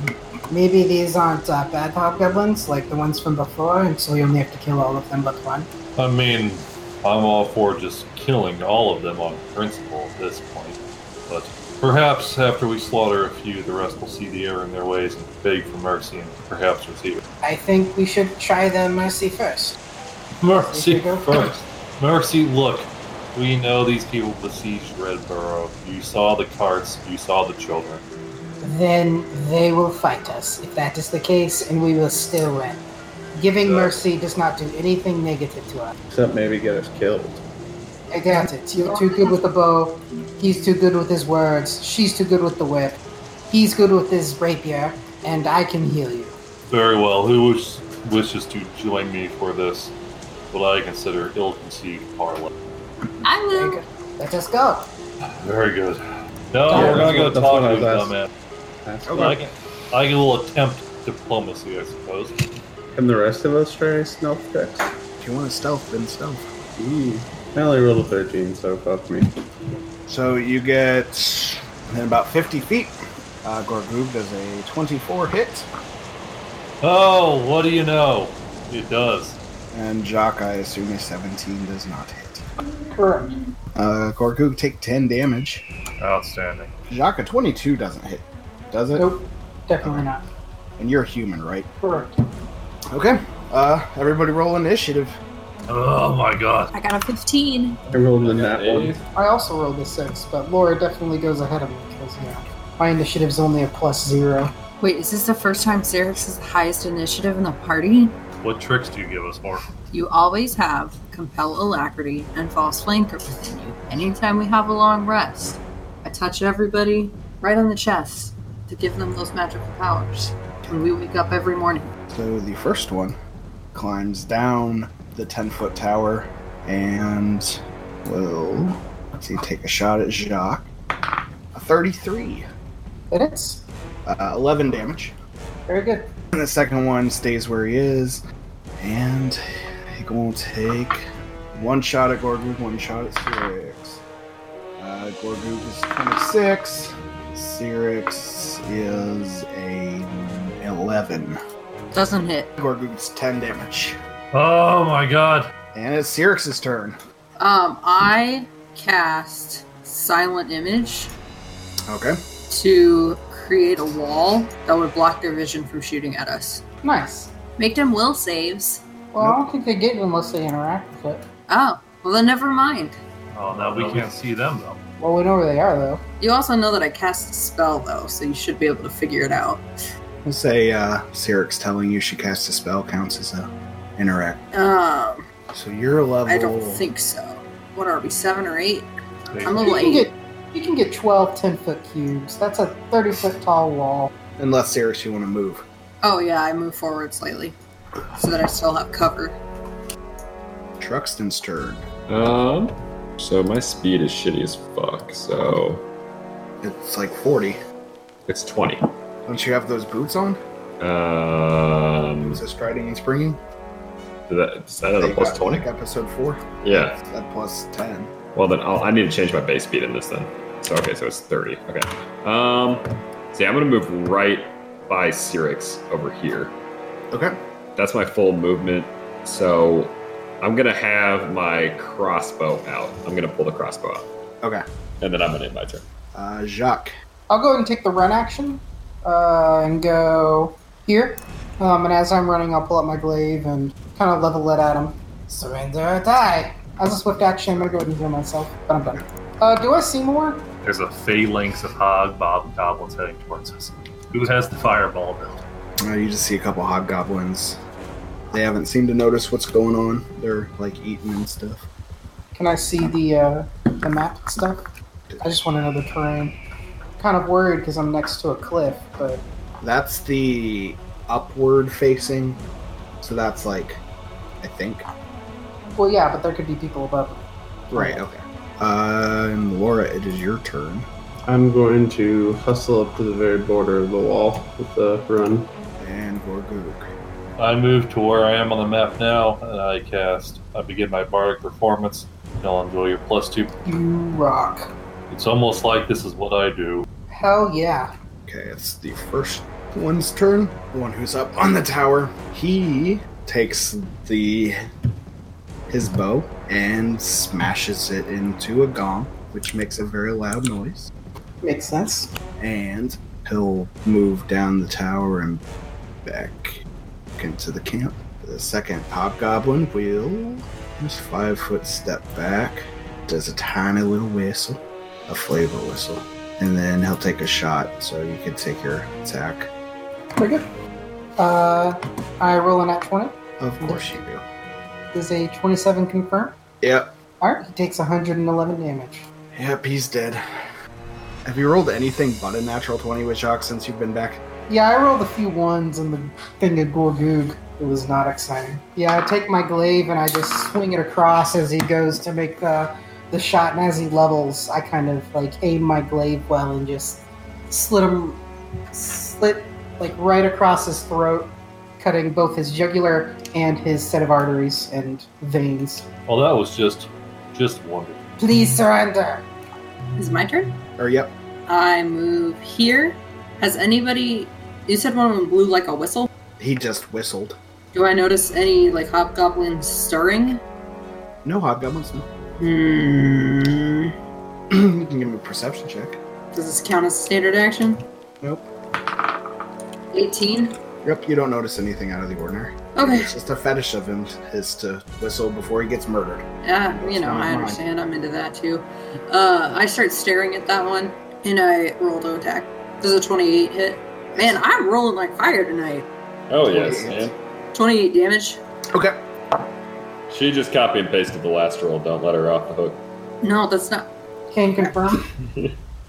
Speaker 7: Maybe these aren't uh, bad hobgoblins like the ones from before, and so we only have to kill all of them but one.
Speaker 3: I mean, I'm all for just killing all of them on principle at this point, but perhaps after we slaughter a few, the rest will see the error in their ways and beg for mercy and perhaps receive it.
Speaker 7: I think we should try the mercy first.
Speaker 3: Mercy
Speaker 7: Here we go.
Speaker 3: first. Mercy, look. We know these people besieged Redborough. You saw the carts, you saw the children.
Speaker 7: Then they will fight us if that is the case, and we will still win. Giving
Speaker 3: Uh,
Speaker 7: mercy does not do anything negative to us.
Speaker 6: Except maybe get us killed.
Speaker 7: I doubt it. You're too good with the bow. He's too good with his words. She's too good with the whip. He's good with his rapier, and I can heal you.
Speaker 3: Very well. Who wish, wishes to join me for this? What I consider ill-conceived parley.
Speaker 2: I
Speaker 7: Very
Speaker 2: will.
Speaker 7: good. Let us go.
Speaker 3: Very good. No,
Speaker 6: Yeah,
Speaker 3: we're gonna go
Speaker 6: that's what-
Speaker 3: talk to
Speaker 6: that's
Speaker 3: him,
Speaker 6: what I was
Speaker 3: man.
Speaker 6: Ask
Speaker 3: I can, I can will attempt diplomacy, I suppose.
Speaker 6: Can the rest of us try stealth checks?
Speaker 4: If you want to stealth, then stealth.
Speaker 6: Ooh. I only rolled a 13, so fuck me.
Speaker 4: So you get in about 50 feet. Uh, Gorgoob does a 24 hit,
Speaker 3: Oh, what do you know? It does.
Speaker 4: and Jock, I assume, a 17 does not hit.
Speaker 7: Correct.
Speaker 4: Uh, Gorgoob take 10 damage.
Speaker 3: Outstanding.
Speaker 4: Jaka, 22 doesn't hit, does it?
Speaker 7: Nope. Definitely not.
Speaker 4: And you're human, right?
Speaker 7: Correct.
Speaker 4: Okay. Uh, everybody roll initiative.
Speaker 3: Oh my god.
Speaker 2: I got a 15.
Speaker 6: I rolled in that one.
Speaker 7: I also rolled a six, but Laura definitely goes ahead of me because yeah, my initiative's only a plus zero.
Speaker 2: Wait, is this the first time Xerix is the highest initiative in the party?
Speaker 3: What tricks do you give us, Mark?
Speaker 2: You always have compel alacrity and false flanker within you. Anytime we have a long rest, I touch everybody right on the chest to give them those magical powers. When we wake up every morning,
Speaker 4: So the first one climbs down the 10 foot tower and will, let's see, take a shot at Jacques. A 33,
Speaker 7: It is
Speaker 4: uh, 11 damage.
Speaker 7: very good.
Speaker 4: And the second one stays where he is, and he will take one shot at Gorgoog, one shot at Cyrix. Uh, Gorgoog is 26, Cyrix is a 11.
Speaker 2: doesn't hit.
Speaker 4: Gorgoog gets 10 damage.
Speaker 3: Oh my god.
Speaker 4: And it's Cyrix's turn.
Speaker 2: Um, I cast silent image
Speaker 4: Okay.
Speaker 2: to create a wall that would block their vision from shooting at us.
Speaker 7: Nice.
Speaker 2: Make them will saves.
Speaker 7: Well, I don't think they get it unless they interact with it.
Speaker 2: Oh, well then never mind.
Speaker 3: Oh, now we can't see them though.
Speaker 7: Well, we know where they are though.
Speaker 2: You also know that I cast a spell though, so you should be able to figure it out.
Speaker 4: Let's say uh, Cyrix telling you she casts a spell counts as a interact.
Speaker 2: Um,
Speaker 4: So you're level.
Speaker 2: I don't think so. What are we, seven or eight?
Speaker 3: They-
Speaker 2: I'm
Speaker 7: Oh. You
Speaker 2: level
Speaker 7: can
Speaker 2: eight.
Speaker 7: get you can get 12 10 foot cubes. That's a 30 foot tall wall.
Speaker 4: Unless Cyrix, you want to move.
Speaker 2: Oh yeah, I move forward slightly so that I still have cover.
Speaker 4: Truxton's turn.
Speaker 5: Um, so my speed is shitty as fuck, so
Speaker 4: It's like 40.
Speaker 5: it's 20.
Speaker 4: Don't you have those boots on?
Speaker 5: Um,
Speaker 4: Is it striding and springing?
Speaker 5: is that, is that at a
Speaker 4: They
Speaker 5: plus
Speaker 4: got,
Speaker 5: 20?
Speaker 4: Like episode 4?
Speaker 5: Yeah.
Speaker 4: Is that plus 10?
Speaker 5: Well, then I'll, I need to change my base speed in this then. So, okay, so it's 30. Okay. Um, see, I'm going to move right by Cyrix over here.
Speaker 4: Okay.
Speaker 5: That's my full movement. So I'm going to have my crossbow out. I'm going to pull the crossbow out.
Speaker 4: Okay.
Speaker 5: And then I'm going to end my turn.
Speaker 4: Uh, Jacques.
Speaker 7: I'll go ahead and take the run action uh, and go here. Um, and as I'm running, I'll pull out my glaive and kind of level it at him. Surrender or die. As a swift action, I'm going to go ahead and heal myself, but I'm done. Uh, do I see more?
Speaker 3: There's a phalanx of hog bob goblins heading towards us. Who has the fireball build?
Speaker 4: Uh, you just see a couple hobgoblins. They haven't seemed to notice what's going on. They're like eating and stuff.
Speaker 7: Can I see the uh, the map and stuff? I just want to know the terrain. Kind of worried because I'm next to a cliff, but
Speaker 4: That's the upward facing. So that's like, I think.
Speaker 7: well, yeah, but there could be people above.
Speaker 4: Right, okay. Uh, and Laura, it is your turn.
Speaker 6: I'm going to hustle up to the very border of the wall with the run.
Speaker 4: And Gorgook.
Speaker 3: I move to where I am on the map now, and I cast. I begin my bardic performance. and I'll enjoy your plus two.
Speaker 7: You rock.
Speaker 3: It's almost like this is what I do.
Speaker 7: Hell yeah.
Speaker 4: Okay, it's the first one's turn. The one who's up on the tower. He takes the his bow and smashes it into a gong, which makes a very loud noise.
Speaker 7: Makes sense.
Speaker 4: And he'll move down the tower and back into the camp. The second hobgoblin will just five foot step back, does a tiny little whistle, a flavor whistle, and then he'll take a shot. So you can take your attack.
Speaker 7: Pretty good. Uh, I roll an at 20.
Speaker 4: Of course you do.
Speaker 7: Does a 27 confirm?
Speaker 4: Yep.
Speaker 7: Alright, he takes 111 damage.
Speaker 4: Yep, he's dead. Have you rolled anything but a natural 20 with shock since you've been back?
Speaker 7: Yeah, I rolled a few ones and the thing at Gorgoog. It was not exciting. Yeah, I take my glaive and I just swing it across as he goes to make the, the shot, and as he levels, I kind of like aim my glaive well and just slit him, slit like right across his throat, cutting both his jugular and his set of arteries and veins.
Speaker 3: Well, Oh, that was just, just wonderful.
Speaker 7: Please surrender.
Speaker 2: Is it my turn?
Speaker 4: Or, yep.
Speaker 2: I move here. Has anybody? You said one of them blew like a whistle.
Speaker 4: He just whistled.
Speaker 2: Do I notice any like hobgoblins stirring?
Speaker 4: No hobgoblins, no.
Speaker 2: Hmm.
Speaker 4: you can give him a perception check.
Speaker 2: Does this count as a standard action?
Speaker 4: Nope.
Speaker 2: 18.
Speaker 4: Yep, you don't notice anything out of the ordinary.
Speaker 2: Okay.
Speaker 4: It's just a fetish of him is to whistle before he gets murdered.
Speaker 2: Yeah, uh, you know,
Speaker 4: Never
Speaker 2: I
Speaker 4: mind.
Speaker 2: understand. I'm into that too. Uh, I start staring at that one, and I roll to attack. Does a 28 hit? Man, I'm rolling like fire tonight.
Speaker 5: Oh, yes,
Speaker 4: Twenty-eight.
Speaker 5: man.
Speaker 2: 28 damage.
Speaker 4: Okay.
Speaker 5: She just copy and pasted the last roll. Don't let her off the hook.
Speaker 2: No, that's not.
Speaker 7: Can confirm.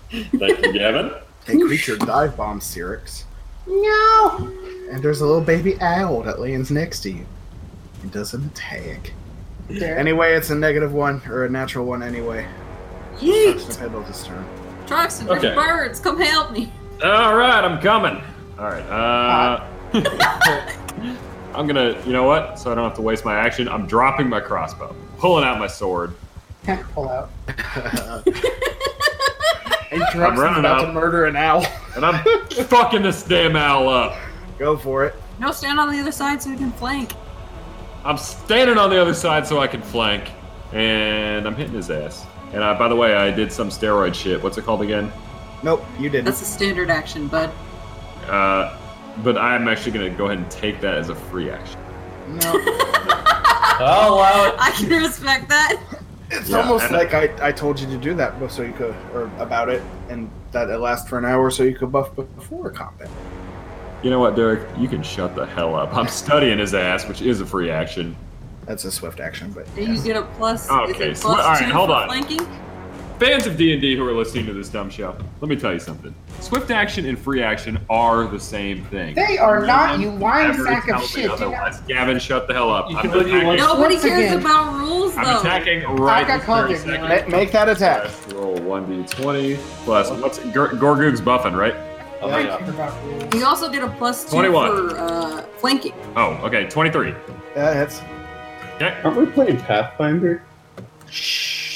Speaker 5: Thank you, Gavin.
Speaker 4: A creature dive bombs Cyrix,
Speaker 7: No.
Speaker 4: and there's a little baby owl that lands next to you. It does an attack.
Speaker 7: There.
Speaker 4: Anyway, it's a negative one, or a natural one anyway.
Speaker 2: Yeet!
Speaker 4: Pendle this turn.
Speaker 2: Troxton, there's
Speaker 5: Okay.
Speaker 2: birds. Come help me.
Speaker 5: All right, I'm coming. All right. Uh, I'm gonna. You know what? So I don't have to waste my action. I'm dropping my crossbow, pulling out my sword.
Speaker 7: Can't pull out.
Speaker 4: and Drox's
Speaker 5: running
Speaker 4: about
Speaker 5: out.
Speaker 4: to murder an owl.
Speaker 5: and I'm fucking this damn owl up.
Speaker 4: Go for it.
Speaker 2: No, stand on the other side so we can flank.
Speaker 5: I'm standing on the other side so I can flank, and I'm hitting his ass. And I, by the way, I did some steroid shit. What's it called again?
Speaker 4: Nope, you didn't.
Speaker 2: That's a standard action, bud.
Speaker 5: Uh, but I'm actually gonna go ahead and take that as a free action.
Speaker 4: No,
Speaker 3: I'll allow it.
Speaker 2: I can respect that.
Speaker 4: it's
Speaker 5: Yeah,
Speaker 4: almost
Speaker 5: and-
Speaker 4: like I, I told you to do that so you could, or about it, and that it lasts for an hour so you could buff before combat.
Speaker 5: You know what, Derek? You can shut the hell up. I'm studying his ass, which is a free action.
Speaker 4: That's a swift action, but
Speaker 2: And You get a plus. is
Speaker 5: Okay,
Speaker 2: it
Speaker 5: so-
Speaker 2: plus
Speaker 5: all right,
Speaker 2: two
Speaker 5: hold
Speaker 2: for
Speaker 5: on.
Speaker 2: Flanking?
Speaker 5: Fans of D&D who are listening to this dumb show, let me tell you something. Swift action and free action are the same thing.
Speaker 7: They are not, you lying
Speaker 5: Ever
Speaker 7: sack
Speaker 5: tell
Speaker 7: of
Speaker 5: me
Speaker 7: shit. Do not
Speaker 5: Otherwise, Gavin, shut the hell up.
Speaker 3: You
Speaker 5: I'm
Speaker 3: can only
Speaker 5: attacking,
Speaker 3: one-
Speaker 2: Nobody
Speaker 7: Once
Speaker 2: cares
Speaker 7: again,
Speaker 2: about rules, though.
Speaker 5: I'm attacking right
Speaker 7: got
Speaker 5: this
Speaker 7: called
Speaker 5: very
Speaker 7: it,
Speaker 5: second.
Speaker 7: man.
Speaker 4: Ma- make that attack.
Speaker 5: Let's roll 1d20 plus what's Gor- Gorgoog's buffing, right?
Speaker 3: Oh,
Speaker 7: I
Speaker 3: yeah.
Speaker 7: care about rules.
Speaker 2: You also get a plus two
Speaker 5: 21.
Speaker 2: for uh, flanking.
Speaker 5: Oh, okay, 23.
Speaker 4: That hits.
Speaker 5: Okay.
Speaker 6: Aren't we playing Pathfinder?
Speaker 4: Shh.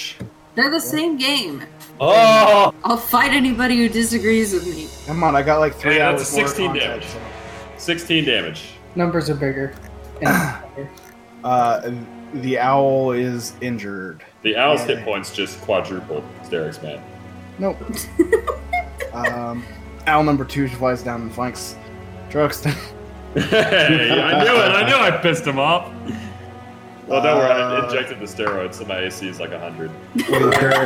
Speaker 2: They're the same game.
Speaker 3: Oh,
Speaker 2: I'll fight anybody who disagrees with me.
Speaker 4: Come on, I got like three
Speaker 5: Hey, that's
Speaker 4: hours.
Speaker 5: a 16
Speaker 4: more
Speaker 5: damage.
Speaker 4: contact.
Speaker 5: 16 damage.
Speaker 7: Numbers are bigger. And it's better.
Speaker 4: Uh, the owl is injured.
Speaker 5: The owl's
Speaker 4: Yeah.
Speaker 5: hit points just quadrupled. It's Derek's man.
Speaker 4: Nope. um, owl number two flies down and flanks Druxton.
Speaker 5: hey, I knew it. I knew I pissed him off. Uh, Well, don't worry. I injected the steroids, so my AC is like 100.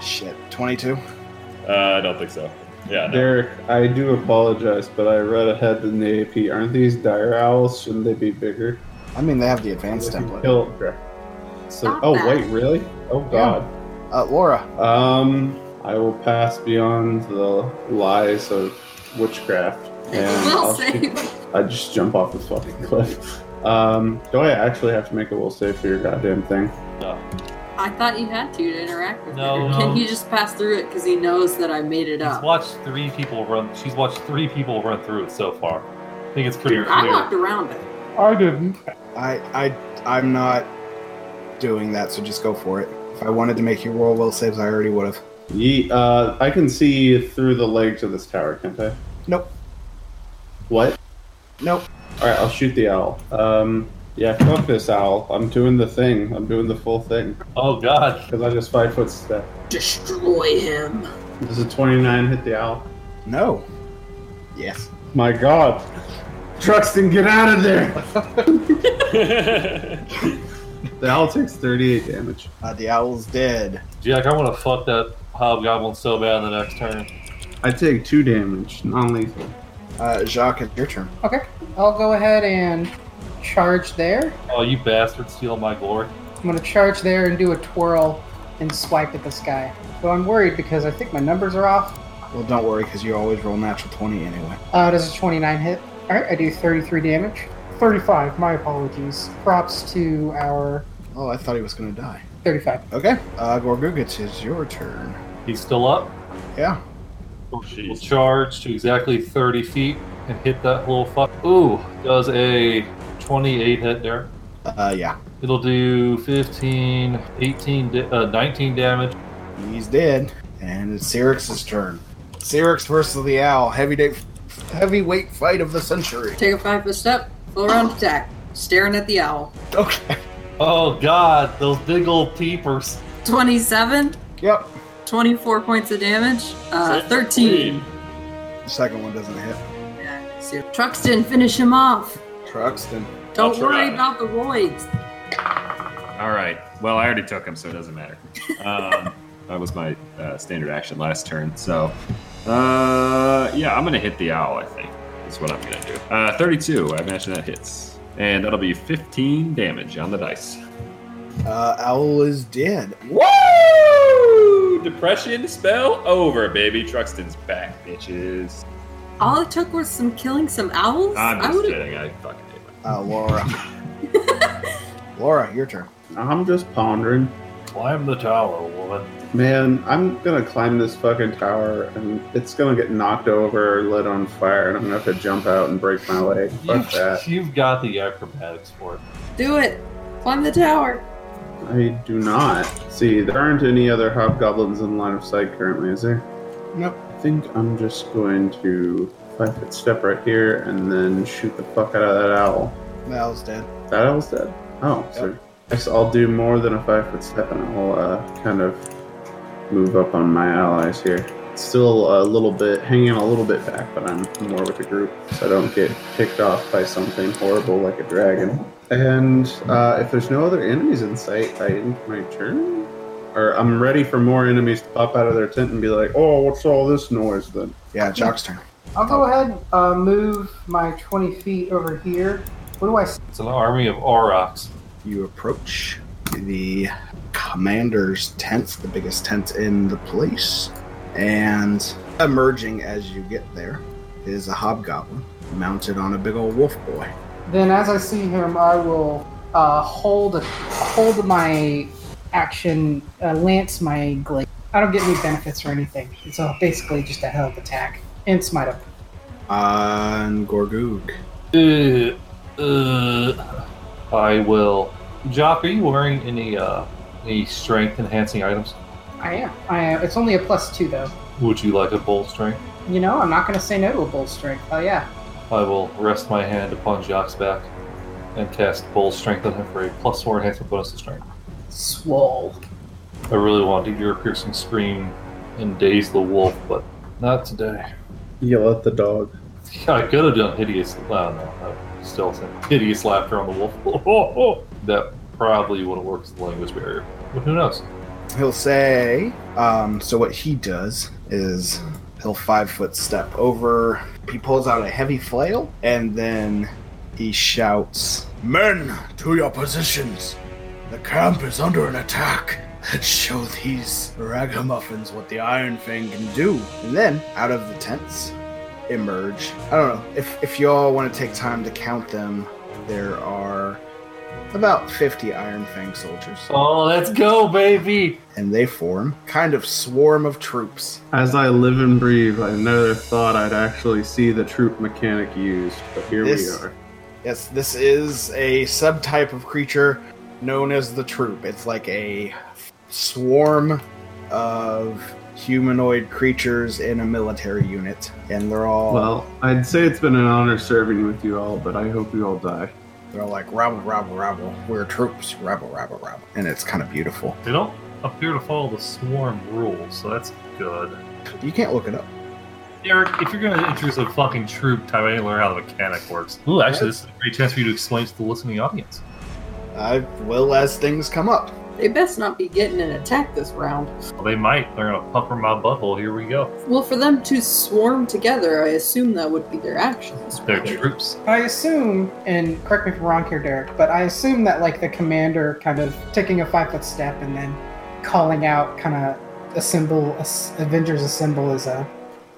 Speaker 4: Shit, 22.
Speaker 5: Uh, I don't think so. Yeah, no.
Speaker 6: Derek, I do apologize, but I read ahead in the AP. Aren't these dire owls? Shouldn't they be bigger?
Speaker 4: I mean, they have the
Speaker 6: They
Speaker 4: advanced
Speaker 6: can
Speaker 4: template.
Speaker 6: kill. crap. So,
Speaker 2: Stop
Speaker 6: oh
Speaker 2: that.
Speaker 6: wait, really? Oh god.
Speaker 4: Uh, Laura,
Speaker 6: Um, I will pass beyond the lies of witchcraft, and
Speaker 2: will
Speaker 6: I'll shoot-
Speaker 2: save.
Speaker 6: I just jump off this fucking cliff. Um, do I actually have to make a will save for your goddamn thing?
Speaker 3: No.
Speaker 2: I thought you had to to interact with
Speaker 3: No,
Speaker 2: her. Can
Speaker 3: no.
Speaker 2: he just pass through it because he knows that I made it
Speaker 3: She's
Speaker 2: up?
Speaker 3: watched three people run. She's watched three people run through it so far. I think it's pretty
Speaker 2: I
Speaker 3: clear.
Speaker 2: walked around it.
Speaker 3: I didn't.
Speaker 4: I, I, I'm not doing that, so just go for it. If I wanted to make you roll will saves, I already would have.
Speaker 6: Ye, uh, I can see through the legs of this tower, can't I?
Speaker 4: Nope.
Speaker 6: What?
Speaker 4: Nope.
Speaker 6: All right, I'll shoot the owl. Um, yeah, fuck this owl. I'm doing the thing. I'm doing the full thing
Speaker 3: Oh god.
Speaker 6: because I just five foot step.
Speaker 2: Destroy him.
Speaker 6: Does a 29 hit the owl?
Speaker 4: No. Yes.
Speaker 6: My God, Truxton, get out of there! The owl takes 38 damage.
Speaker 4: Uh, the owl's dead.
Speaker 3: Jack, I want to fuck that hobgoblin so bad in the next turn.
Speaker 6: I take two damage, non-lethal.
Speaker 4: Uh, Jacques, it's your turn.
Speaker 7: Okay, I'll go ahead and charge there.
Speaker 3: Oh, you bastard, stealing my glory.
Speaker 7: I'm gonna charge there and do a twirl and swipe at this guy. Though I'm worried because I think my numbers are off.
Speaker 4: Well, don't worry, because you always roll natural 20 anyway.
Speaker 7: Uh, does a 29 hit? All right, I do 33 damage. 35. My apologies. Props to our
Speaker 4: Oh, I thought he was going to die.
Speaker 7: 35.
Speaker 4: Okay. Uh, Gorgugits, it's your turn.
Speaker 3: He's still up.
Speaker 4: Yeah.
Speaker 3: Will charge to exactly 30 feet and hit that little fuck. Ooh, does a 28 hit there.
Speaker 4: Uh, yeah.
Speaker 3: It'll do 15, 18, da- uh, 19 damage.
Speaker 4: He's dead. And it's Cyrix's turn. Cyrix versus the owl. Heavy day, heavyweight fight of the century.
Speaker 2: Take a five foot step, full round attack, staring at the owl.
Speaker 4: Okay.
Speaker 3: Oh god, those big old peepers.
Speaker 2: 27,
Speaker 4: Yep.
Speaker 2: 24 points of damage, uh, 13.
Speaker 4: The second one doesn't hit.
Speaker 2: Yeah, so Truxton, finish him off.
Speaker 4: Truxton.
Speaker 2: Don't
Speaker 5: I'll
Speaker 2: worry
Speaker 5: try.
Speaker 2: about the roids.
Speaker 5: All right. Well, I already took him, so it doesn't matter. Um, that was my uh, standard action last turn. So, uh, yeah, I'm gonna hit the owl. I think is what I'm gonna do. Uh, 32. I imagine that hits, and that'll be 15 damage on the dice.
Speaker 4: Uh, owl is dead.
Speaker 5: Woo! Depression spell over, baby. Truxton's back, bitches.
Speaker 2: All it took was some killing some owls.
Speaker 5: I'm
Speaker 2: I
Speaker 5: just
Speaker 2: would have.
Speaker 5: kidding. I fucking hate my
Speaker 4: Uh, Laura. Laura, your turn.
Speaker 6: I'm just pondering.
Speaker 3: Climb the tower, woman.
Speaker 6: Man, I'm gonna climb this fucking tower and it's gonna get knocked over, lit on fire, and I'm gonna have to jump out and break my leg. Fuck that.
Speaker 3: You've, you've got the acrobatics for it.
Speaker 2: Do it. Climb the tower.
Speaker 6: I do not. See, there aren't any other hobgoblins in line of sight currently, is there?
Speaker 4: Nope.
Speaker 6: I think I'm just going to five foot step right here and then shoot the fuck out of that owl.
Speaker 4: The owl's dead.
Speaker 6: That owl's dead. Oh, so next I'll do more than a five foot step and I'll uh, kind of move up on my allies here. Still a little bit, hanging a little bit back, but I'm more with the group, so I don't get kicked off by something horrible like a dragon. And uh, if there's no other enemies in sight, I end my turn? Or I'm ready for more enemies to pop out of their tent and be like, oh, what's all this noise then?
Speaker 4: Yeah, Jock's turn.
Speaker 7: I'll go ahead and uh, move my 20 feet over here. What do I see?
Speaker 3: It's an army of aurochs.
Speaker 4: You approach the commander's tent, the biggest tent in the place, and emerging as you get there is a hobgoblin mounted on a big old wolf boy.
Speaker 7: Then, as I see him, I will uh, hold hold my action, uh, lance my glaive. I don't get any benefits or anything. It's uh, basically just a held attack and smite up.
Speaker 4: Uh, and Gorgoog.
Speaker 3: Uh, uh, I will. Jock, are you wearing any uh, any strength enhancing items?
Speaker 7: I am. I am. It's only a plus two though.
Speaker 3: Would you like a bold strength?
Speaker 7: You know, I'm not gonna say no to a bull strength. Oh yeah.
Speaker 3: I will rest my hand upon Jock's back and cast bold strength on him for a plus four enhancement bonus to strength.
Speaker 7: Swole.
Speaker 3: I really wanted to hear a piercing scream and daze the wolf, but not today.
Speaker 6: Yell at the dog.
Speaker 3: I could have done hideous. Well, no, I still said hideous laughter on the wolf. that probably wouldn't work as a language barrier, but who knows?
Speaker 4: He'll say, um, so what he does is he'll five foot step over. He pulls out a heavy flail and then he shouts, Men, to your positions! The camp is under an attack! Let's show these ragamuffins what the Iron Fang can do! And then, out of the tents, emerge. I don't know, if, if you all want to take time to count them, there are about 50 Iron Fang soldiers,
Speaker 3: Oh, let's go, baby!
Speaker 4: and they form kind of swarm of troops.
Speaker 6: As I live and breathe, I never thought I'd actually see the troop mechanic used, but here
Speaker 4: This-
Speaker 6: we are.
Speaker 4: Yes, this is a subtype of creature known as the troop. It's like a swarm of humanoid creatures in a military unit, and they're all
Speaker 6: Well, I'd say it's been an honor serving with you all, but I hope you all die.
Speaker 4: they're all like rabble, rabble, rabble. We're troops, rabble, rabble, rabble, and it's kind of beautiful.
Speaker 3: They don't appear to follow the swarm rules, so that's good.
Speaker 4: You can't look it up.
Speaker 3: Eric, if you're going to introduce a fucking troop time, I need to learn how the mechanic works. Ooh, actually, this is a great chance for you to explain to the listening audience.
Speaker 4: I will as things come up.
Speaker 2: They best not be getting an attack this round.
Speaker 3: Well, they might. They're going to puffer my butthole. Here we go.
Speaker 2: Well, for them to swarm together, I assume that would be their actions.
Speaker 3: They're troops.
Speaker 7: I assume, and correct me if I'm wrong here, Derek, but I assume that like the commander kind of taking a five foot step and then calling out, kind of assemble, as- Avengers assemble is a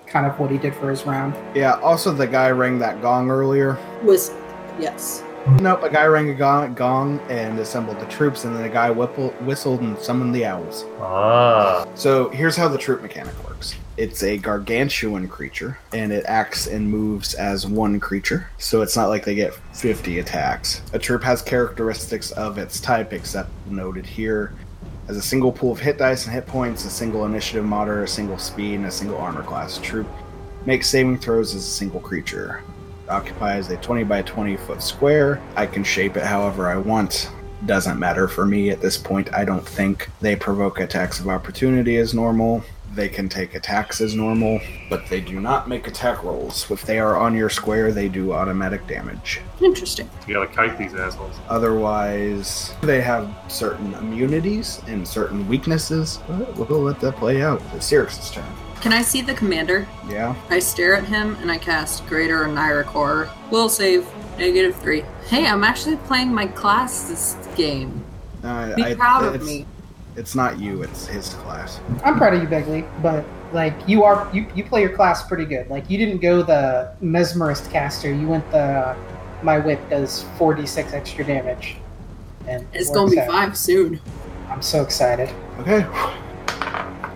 Speaker 7: kind of what he did for his round.
Speaker 4: Yeah, also the guy rang that gong earlier.
Speaker 2: Was yes.
Speaker 4: Nope, a guy rang a gong, gong and assembled the troops, and then a guy whipple, whistled and summoned the owls.
Speaker 3: Ah.
Speaker 4: So here's how the troop mechanic works it's a gargantuan creature, and it acts and moves as one creature, so it's not like they get 50 attacks. A troop has characteristics of its type, except noted here as a single pool of hit dice and hit points, a single initiative modifier, a single speed, and a single armor class. A troop makes saving throws as a single creature. Occupies a 20 by 20 foot square. I can shape it however I want doesn't matter for me at this point. I don't think they provoke attacks of opportunity as normal. They can take attacks as normal, but they do not make attack rolls. If they are on your square, they do automatic damage.
Speaker 2: Interesting.
Speaker 3: You gotta kite these assholes.
Speaker 4: Otherwise, they have certain immunities and certain weaknesses. But We'll let that play out. It's Syrix's turn.
Speaker 2: Can I see the commander?
Speaker 4: Yeah.
Speaker 2: I stare at him and I cast Greater Nyric Horror. Will save negative three. Hey, I'm actually playing my class this game.
Speaker 4: Uh,
Speaker 2: Be
Speaker 4: I-
Speaker 2: proud of
Speaker 4: it's-
Speaker 2: me.
Speaker 4: It's not you. It's his class.
Speaker 7: I'm proud of you, Begley, but like you are, you, you play your class pretty good. Like you didn't go the mesmerist caster, you went the uh, my whip does 4d6 extra damage. And it
Speaker 2: It's gonna be
Speaker 7: works out.
Speaker 2: five soon.
Speaker 7: I'm so excited.
Speaker 4: Okay.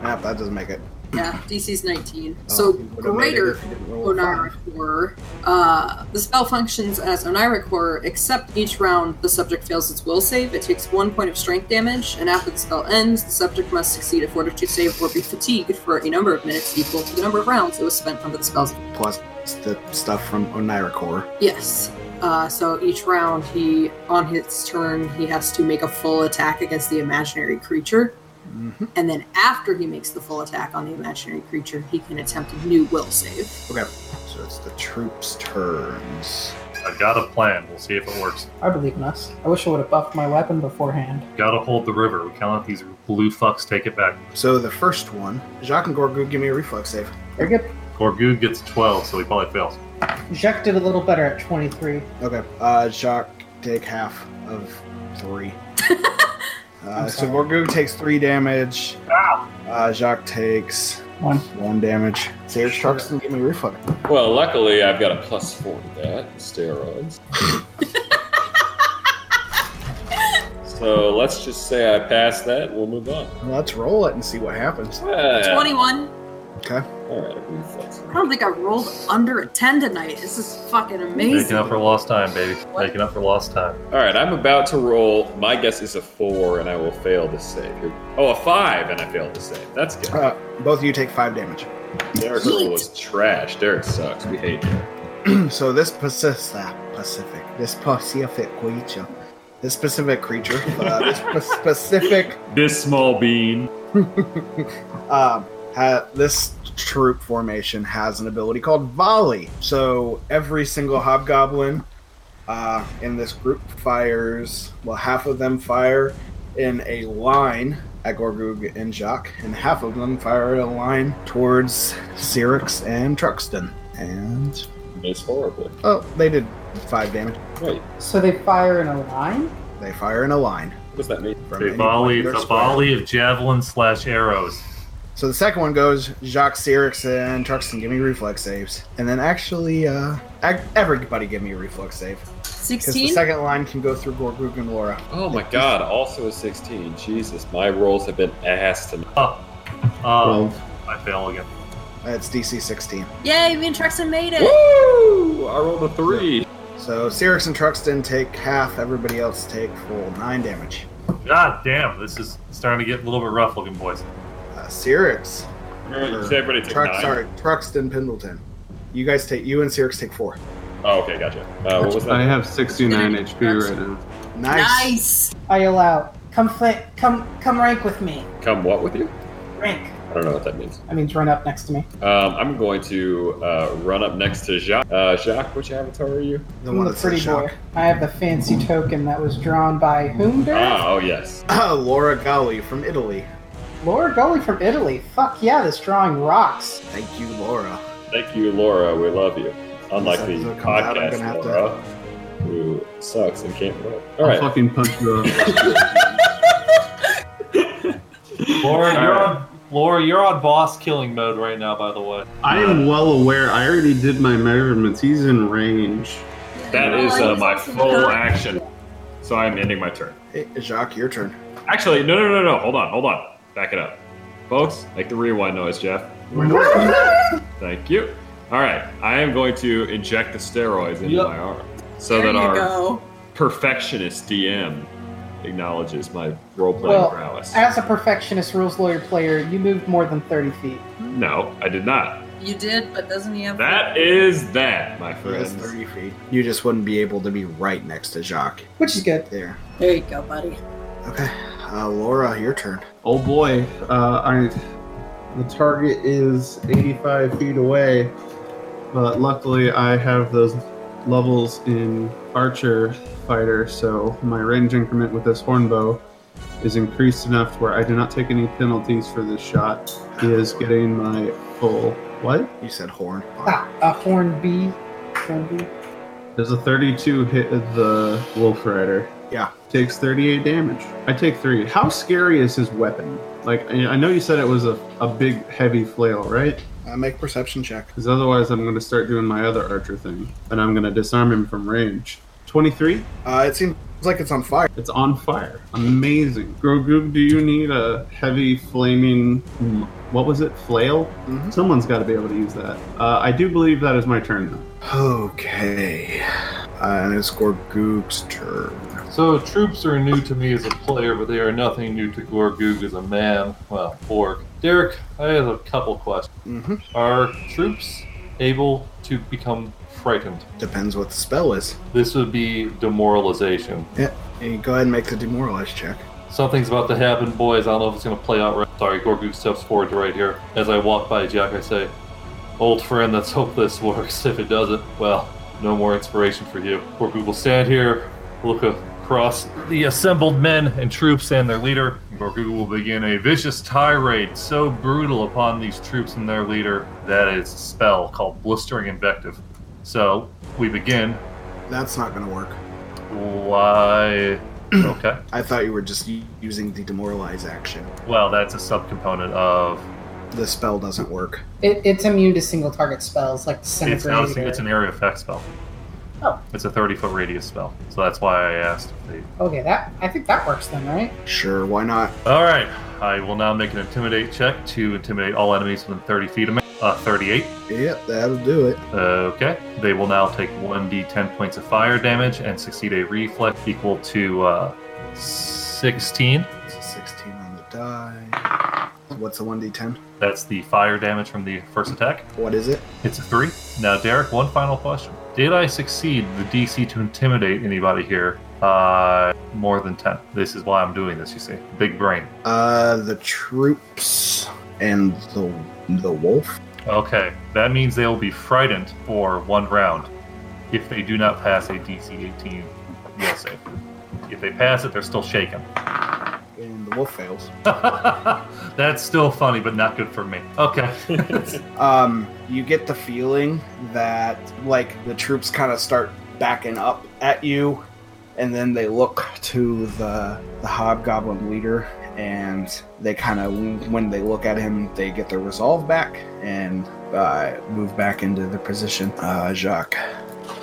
Speaker 4: Nah, that doesn't make it.
Speaker 2: Yeah, DC's 19.
Speaker 4: Oh,
Speaker 2: so
Speaker 4: he would've made it
Speaker 2: Greater
Speaker 4: if he didn't roll a
Speaker 2: Oniric
Speaker 4: five.
Speaker 2: Horror. Uh, the spell functions as Oniric Horror, except each round the subject fails its will save. It takes one point of strength damage, and after the spell ends, the subject must succeed a fortitude save or be fatigued for a number of minutes equal to the number of rounds it was spent under the spell's
Speaker 4: Plus the stuff from Oniricor.
Speaker 2: Yes. Uh, so each round, he on his turn, he has to make a full attack against the imaginary creature,
Speaker 7: Mm-hmm.
Speaker 4: Mhm.
Speaker 2: and then after he makes the full attack on the imaginary creature, he can attempt a new will save.
Speaker 4: Okay. So it's the troops' turns.
Speaker 3: I got a plan. We'll see if it works.
Speaker 7: I believe in us. I wish I would have buffed my weapon beforehand.
Speaker 3: Gotta hold the river. We can't let these blue fucks take it back.
Speaker 4: So the first one, Jacques and Gorgu, give me a reflex save.
Speaker 7: Very good.
Speaker 3: Gorgu gets 12, so he probably fails.
Speaker 7: Jacques did a little better at 23.
Speaker 4: Okay. Uh, Jacques, take half of three. uh,
Speaker 7: I'm
Speaker 4: so
Speaker 7: sorry.
Speaker 4: Gorgu takes three damage. Uh, Jacques takes
Speaker 7: One.
Speaker 4: one damage. Sage Trucks can give me a reflex.
Speaker 5: Well, luckily I've got a plus four to that steroids. so let's just say I pass that. We'll move on.
Speaker 4: Let's roll it and see what happens.
Speaker 5: Ah,
Speaker 2: Twenty-one.
Speaker 5: All right, reflex.
Speaker 2: I don't think I rolled under a ten tonight. This is fucking
Speaker 3: Making
Speaker 2: amazing.
Speaker 3: up for lost time, baby.
Speaker 2: What?
Speaker 3: Making up for lost time.
Speaker 5: All right, I'm about to roll. My guess is a four, and I will fail to save. Oh, a five, and I failed to save. That's good.
Speaker 4: Uh, both of you take five damage.
Speaker 2: Yeet.
Speaker 5: Derek's rule is trash. Derek sucks. We hate him.
Speaker 4: so this Pacific, Pacific, this Pacific creature, this specific creature, uh, this pa- Pacific
Speaker 5: This small bean.
Speaker 4: um, ha- this troop formation has an ability called volley. So every single hobgoblin uh, in this group fires. Well, half of them fire in a line at Gorgug and Jacques, and half of them fire in a line towards Cyrix and Truxton. And
Speaker 5: It's horrible.
Speaker 4: oh, they did five damage.
Speaker 5: Wait,
Speaker 7: So they fire in a line?
Speaker 4: They fire in a line.
Speaker 5: what does that mean?
Speaker 4: From
Speaker 3: They
Speaker 4: any
Speaker 3: volley,
Speaker 4: point in
Speaker 3: it's
Speaker 4: their
Speaker 3: a
Speaker 4: square.
Speaker 3: volley of javelin slash arrows.
Speaker 4: So the second one goes Jacques Sirix and Truxton, give me reflex saves. And then actually, uh, ac- everybody give me a reflex save. Because the
Speaker 2: 16?
Speaker 4: second line can go through Gorgug and Laura.
Speaker 5: Oh my god, also a 16. Jesus, my rolls have been ass tonight. Oh,
Speaker 3: Um,
Speaker 6: Twelve.
Speaker 3: I fail again.
Speaker 4: That's DC 16.
Speaker 2: Yay, me and Truxton made it!
Speaker 5: Woo! I rolled a 3.
Speaker 4: So Sirix and Truxton take half, everybody else take full 9 damage.
Speaker 3: God damn, this is starting to get a little bit rough looking, boys.
Speaker 4: Uh, Sirix.
Speaker 5: Remember, you said everybody took
Speaker 4: Truck-
Speaker 5: 9.
Speaker 4: Sorry, Truxton Pendleton. You guys take, you and Sirix take 4.
Speaker 5: Oh, okay, gotcha. Uh, what was
Speaker 6: I
Speaker 5: that?
Speaker 6: have 69 HP right now.
Speaker 4: Nice.
Speaker 7: I allow. Come, fl- come, come rank with me.
Speaker 5: Come what with you?
Speaker 7: Rank.
Speaker 5: I don't know what that means.
Speaker 7: That means run up next to me.
Speaker 5: Um, I'm going to uh, run up next to Jacques. Uh, Jacques, which avatar are you?
Speaker 4: The
Speaker 7: I'm
Speaker 4: one
Speaker 7: the
Speaker 4: that says Mm-hmm.
Speaker 7: pretty boy.
Speaker 4: shock.
Speaker 7: I have the fancy token that was drawn by whom?
Speaker 5: Ah, oh yes.
Speaker 4: Laura Galli from Italy.
Speaker 7: Laura Gully from Italy. Fuck yeah, this drawing rocks.
Speaker 4: Thank you, Laura.
Speaker 5: Thank you, Laura. We love you. Unlike
Speaker 4: This
Speaker 5: the
Speaker 4: episode comes out, I'm
Speaker 5: podcast,
Speaker 4: gonna have to-
Speaker 5: Laura, who sucks and can't win. All
Speaker 6: I'll
Speaker 5: right.
Speaker 6: fucking punch you up.
Speaker 3: Laura,
Speaker 5: All
Speaker 3: you're on.
Speaker 5: right.
Speaker 3: Laura, you're on boss killing mode right now. By the way,
Speaker 6: I am well aware. I already did my measurements. He's in range.
Speaker 5: That is
Speaker 2: Oh,
Speaker 5: uh, my
Speaker 2: he's
Speaker 5: full
Speaker 2: awesome.
Speaker 5: action. So I'm ending my turn.
Speaker 4: Hey, Jacques, your turn.
Speaker 5: Actually, no, no, no, no. Hold on, hold on. Back it up. Folks, make the rewind noise, Jeff. Thank you. All right, I am going to inject the steroids into
Speaker 3: Yep.
Speaker 5: my arm so
Speaker 2: There
Speaker 5: that
Speaker 2: you
Speaker 5: our
Speaker 2: go.
Speaker 5: perfectionist DM acknowledges my roleplay
Speaker 7: Well,
Speaker 5: prowess.
Speaker 7: As a perfectionist rules lawyer player, you moved more than 30 feet.
Speaker 5: no, I did not.
Speaker 2: You did, but doesn't he have
Speaker 5: That is that, my
Speaker 4: That's
Speaker 5: friends.
Speaker 4: 30 feet. You just wouldn't be able to be right next to Jacques.
Speaker 7: Which is good.
Speaker 4: There.
Speaker 2: There you go, buddy.
Speaker 4: Okay. Uh, Laura, your turn.
Speaker 6: Oh boy. Uh, I, the target is 85 feet away, but luckily I have those levels in archer fighter, so my range increment with this hornbow is increased enough where I do not take any penalties for this shot. He is getting my full. What?
Speaker 4: You said horn.
Speaker 7: Ah, a horn bee. Horn bee.
Speaker 6: Does a 32 hit the Wolf Rider?
Speaker 4: Yeah.
Speaker 6: Takes 38 damage. I take three. How scary is his weapon? Like, I I know you said it was a, a big, heavy flail, right?
Speaker 4: Uh, make perception check.
Speaker 6: Because otherwise, I'm going to start doing my other archer thing, and I'm going to disarm him from range. 23?
Speaker 4: Uh, it seems like it's on fire.
Speaker 6: It's on fire. Amazing. Grogoog, do you need a heavy, flaming. m- What was it? Flail?
Speaker 7: Mm-hmm.
Speaker 4: Mhm.
Speaker 6: Someone's got to be able to use that. Uh, I do believe that is my turn, though.
Speaker 4: Okay. Uh, and it's Gorgoog's turn.
Speaker 3: so troops are new to me as a player, but they are nothing new to Gorgoog as a man. Well, orc. Derek, I have a couple questions.
Speaker 4: hmm
Speaker 3: Are troops able to become frightened?
Speaker 4: Depends what the spell is.
Speaker 3: This would be demoralization.
Speaker 4: You go ahead and make the demoralize check.
Speaker 3: Something's about to happen, boys. I don't know if it's going to play out right. Sorry, Gorgoog steps forward to right here. As I walk by Jack, I say, Old friend, let's hope this works. If it doesn't, well, no more inspiration for you. Gorgoog will stand here, look across the assembled men and troops and their leader. Gorgoog will begin a vicious tirade so brutal upon these troops and their leader that it's a spell called Blistering Invective. So, we begin.
Speaker 4: That's not going to work.
Speaker 3: Why. Okay.
Speaker 4: I thought you were just u- using the demoralize action.
Speaker 3: Well, that's a subcomponent of
Speaker 4: The spell doesn't work.
Speaker 7: It, it's immune to single target spells like
Speaker 3: It's, not,
Speaker 7: disintegrate.
Speaker 3: a- it's an area effect spell.
Speaker 7: Oh.
Speaker 3: It's a 30 foot radius spell. So that's why I asked if they.
Speaker 7: or- okay, that I think that works then, right?
Speaker 4: Sure, why not?
Speaker 3: Alright, I will now make an intimidate check to intimidate all enemies within 30 feet of me. Uh, 38.
Speaker 4: Yep, that'll do it.
Speaker 3: Uh, okay. They will now take 1d10 points of fire damage and succeed a reflex equal to uh, 16.
Speaker 4: It's a 16 on the die. What's a 1d10?
Speaker 3: That's the fire damage from the first attack.
Speaker 4: What is it?
Speaker 3: It's a 3. Now, Derek, one final question. Did I succeed the DC to intimidate anybody here? Uh, more than 10. This is why I'm doing this, you see. Big brain.
Speaker 4: Uh, the troops and the the wolf.
Speaker 3: Okay, that means they will be frightened for one round if they do not pass a DC 18 will save. If they pass it, they're still shaken.
Speaker 4: And the wolf fails.
Speaker 3: That's still funny, but not good for me. Okay.
Speaker 4: Um, you get the feeling that like the troops kind of start backing up at you, and then they look to the the hobgoblin leader, and they kind of when they look at him they get their resolve back and uh, move back into the position uh, jacques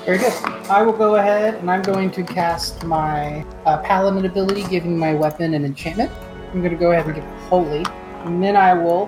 Speaker 7: Very good. I will go ahead and I'm going to cast my uh, Paladin ability, giving my weapon an enchantment. I'm going to go ahead and give it Holy. And then I will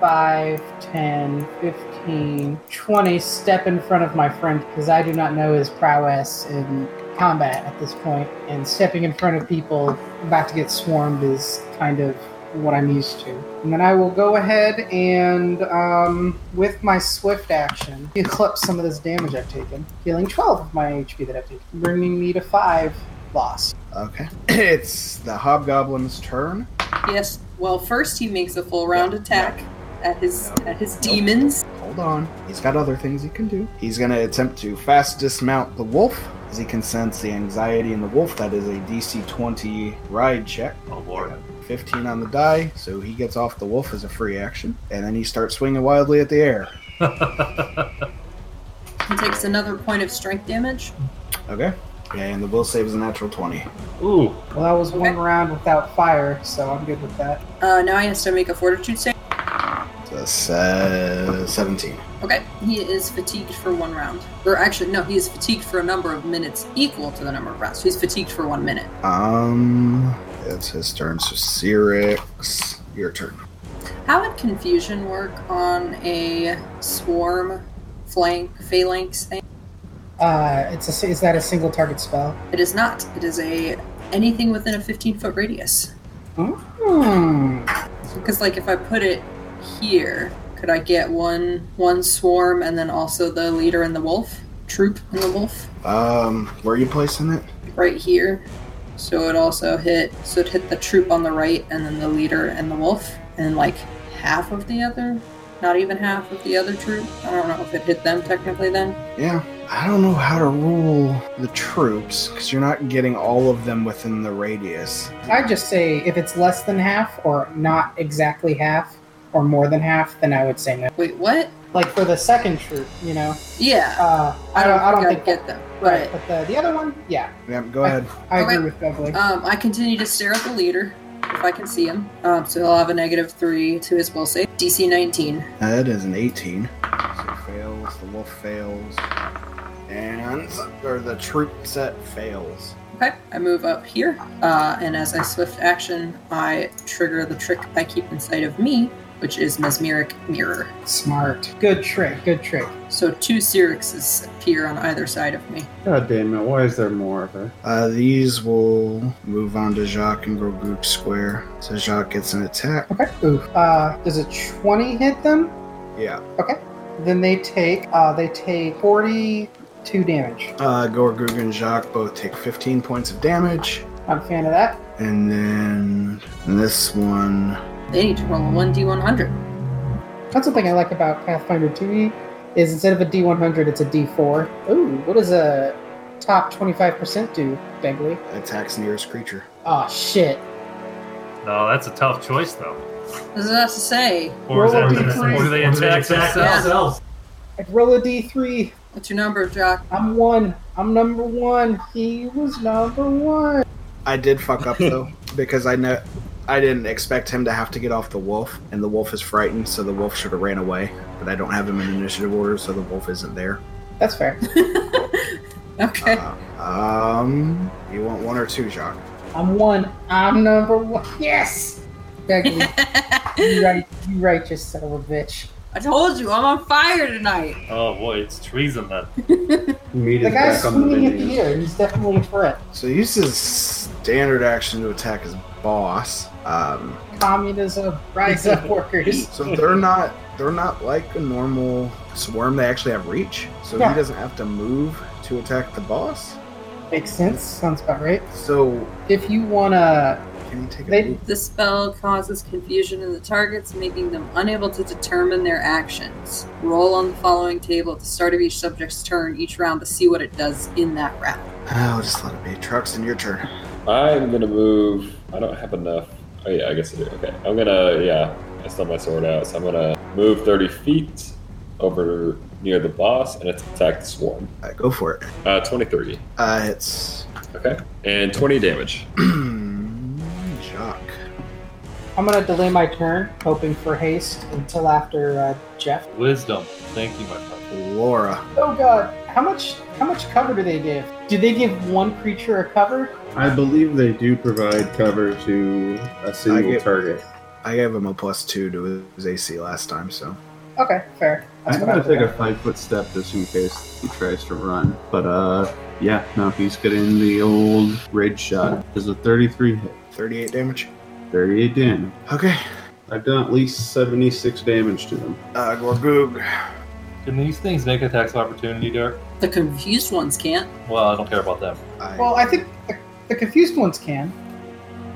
Speaker 7: 5, 10, 15, 20 step in front of my friend because I do not know his prowess in combat at this point. And stepping in front of people about to get swarmed is kind of what I'm used to. And then I will go ahead and, um, with my swift action, eclipse some of this damage I've taken, healing 12 of my HP that I've taken, bringing me to 5 loss.
Speaker 4: okay it's the hobgoblin's turn
Speaker 2: Yes. Well, first he makes a full round attack at his
Speaker 4: No.
Speaker 2: at his
Speaker 4: Nope.
Speaker 2: demons.
Speaker 4: Hold on. He's got other things he can do. He's going to attempt to fast dismount the wolf as he can sense the anxiety in the wolf. That is a DC 20 ride check.
Speaker 3: Oh lord.
Speaker 4: 15 on the die, so he gets off the wolf as a free action. And then he starts swinging wildly at the air.
Speaker 2: He takes another point of strength damage.
Speaker 4: Okay. And the will save is a natural 20.
Speaker 3: Ooh.
Speaker 7: Well, that was one
Speaker 2: Okay.
Speaker 7: round without fire, so I'm good with that.
Speaker 2: Uh, now he has to make a fortitude save.
Speaker 4: So that's uh, 17.
Speaker 2: Okay. He is fatigued for one round. Or actually, no, he is fatigued for a number of minutes equal to the number of rounds. So he's fatigued for one minute.
Speaker 4: Um, It's his turn. So Cyrix, your turn.
Speaker 2: How would confusion work on a swarm flank phalanx thing?
Speaker 7: Uh, it's a, si- is that a single target spell?
Speaker 2: It is not. It is a anything within a 15 foot radius.
Speaker 7: Hmm.
Speaker 2: Because like if I put it here, could I get one one swarm and then also the leader and the wolf troop and the wolf
Speaker 4: Um, where are you placing it?
Speaker 2: right here? So it also hit. So it hit the troop on the right and then the leader and the wolf and like half of the other. Not even half of the other troop. I don't know if it hit them technically then.
Speaker 4: Yeah, I don't know how to rule the troops because you're not getting all of them within the radius.
Speaker 7: I'd just say if it's less than half, or not exactly half, or more than half, then I would say no.
Speaker 2: Wait, what?
Speaker 7: Like for the second troop, you know?
Speaker 2: Yeah.
Speaker 7: Uh, I don't, I don't think
Speaker 2: I'd get them.
Speaker 7: Right,
Speaker 2: But
Speaker 7: but the, the other one, yeah,
Speaker 4: Yeah, go ahead.
Speaker 7: I
Speaker 2: Okay.
Speaker 7: agree with Beverly.
Speaker 2: Um, I continue to stare at the leader if I can see him. Um, so he'll have a negative three to his will save. DC 19.
Speaker 4: Uh, That is an 18. So it fails. The wolf fails, and or the troop set fails.
Speaker 2: Okay, I move up here, uh, and as I swift action, I trigger the trick I keep inside of me, which is mesmeric mirror.
Speaker 7: Smart. Good trick, good trick.
Speaker 2: So two Syrinxes appear on either side of me.
Speaker 6: God damn it! Why is there more of her?
Speaker 4: Uh, these will move on to Jacques and go group square. So Jacques gets an attack.
Speaker 7: Okay. Ooh. Uh, does a 20 hit them?
Speaker 4: Yeah.
Speaker 7: Then they take, uh, they take 42 damage.
Speaker 4: Uh, Gorgug and Jacques both take 15 points of damage,
Speaker 7: I'm a fan of that.
Speaker 4: and then this one
Speaker 2: They need to roll a 1d100.
Speaker 7: That's something I like about Pathfinder 2e, is instead of a D100, it's a D4. Ooh, what does a top 25% do, Begley?
Speaker 4: attacks nearest creature.
Speaker 7: Oh, shit.
Speaker 8: No, that's a tough choice, though.
Speaker 2: This is not to say.
Speaker 8: Or, is
Speaker 7: Roll a
Speaker 8: that,
Speaker 7: D3.
Speaker 8: or do they
Speaker 3: Or do they
Speaker 8: attack
Speaker 3: attack
Speaker 8: themselves?
Speaker 7: I'd roll a D3.
Speaker 2: What's your number, Jock?
Speaker 7: I'm one. I'm number one. He was number one.
Speaker 4: I did fuck up though because I know I didn't expect him to have to get off the wolf, and the wolf is frightened, so the wolf should have ran away. But I don't have him in initiative order, so the wolf isn't there.
Speaker 7: That's fair.
Speaker 2: Okay.
Speaker 4: Uh, um, you want one or two, Jacques?
Speaker 7: I'm one. I'm number one. Yes! Begley. you right, you right, you son of a bitch.
Speaker 2: I told you, I'm on fire tonight.
Speaker 3: Oh boy, it's treason then.
Speaker 6: Meat
Speaker 7: The
Speaker 6: is
Speaker 7: guy's
Speaker 6: back on the
Speaker 7: swinging at the
Speaker 6: menu.
Speaker 7: air. He's definitely a threat.
Speaker 4: So he uses his standard action to attack his boss. Um,
Speaker 7: Communism, rise up, workers.
Speaker 4: so they're not they're not like a normal swarm. They actually have reach, so
Speaker 7: Yeah.
Speaker 4: he doesn't have to move to attack the boss.
Speaker 7: Makes sense. Sounds about right.
Speaker 4: So
Speaker 7: If you wanna,
Speaker 4: can you take a
Speaker 7: They-
Speaker 4: loop?
Speaker 2: The spell causes confusion in the targets, making them unable to determine their actions. Roll on the following table at the start of each subject's turn each round to see what it does in that round.
Speaker 4: I'll Oh, just let it be. Truxton, your turn.
Speaker 5: I'm gonna move. I don't have enough. Oh yeah, I guess I do. Okay, I'm gonna yeah. I still have my sword out, so I'm gonna move 30 feet over near the boss and attack the swarm.
Speaker 4: Uh, go for it.
Speaker 5: Uh, 23.
Speaker 4: Uh, it's
Speaker 5: Okay, and 20 damage.
Speaker 4: Jacques.
Speaker 7: I'm gonna delay my turn, hoping for haste until after uh, Jeff.
Speaker 3: Wisdom. Thank you, my friend.
Speaker 4: Laura.
Speaker 7: Oh god, how much how much cover do they give? Do they give one creature a cover?
Speaker 6: I believe they do provide cover to a single
Speaker 4: get-
Speaker 6: target.
Speaker 4: I gave him a plus two to his AC last time, so
Speaker 7: Okay, fair.
Speaker 6: I'm
Speaker 7: what I
Speaker 6: gonna
Speaker 7: was
Speaker 6: take a
Speaker 7: thinking.
Speaker 6: five foot step just in case he tries to run. But uh, yeah, no, he's getting the old rage shot. There's a 33 hit,
Speaker 4: 38 damage.
Speaker 6: 38 damage.
Speaker 4: Okay.
Speaker 6: I've done at least 76 damage to him.
Speaker 4: Uh, Gorgoog.
Speaker 3: Can these things make attacks of opportunity, Derek?
Speaker 2: The confused ones can't.
Speaker 3: Well, I don't care about them.
Speaker 4: I,
Speaker 7: Well, I think the, the confused ones can.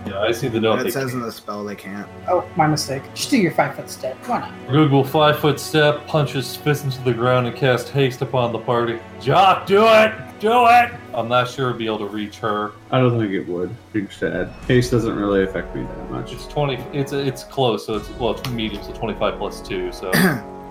Speaker 3: Yeah, I see the note.
Speaker 4: it
Speaker 3: they
Speaker 4: says in the spell they can't.
Speaker 7: Oh, my mistake. Just do your five foot step. Why not?
Speaker 3: Google five foot step, punches fist into the ground, and cast haste upon the party. Jock, do it! Do it! I'm not sure I'd be able to reach her.
Speaker 6: I don't think it would. Big sad. Haste doesn't really affect me that much.
Speaker 3: It's twenty. It's it's close, so it's well, it's medium, so twenty five plus two. So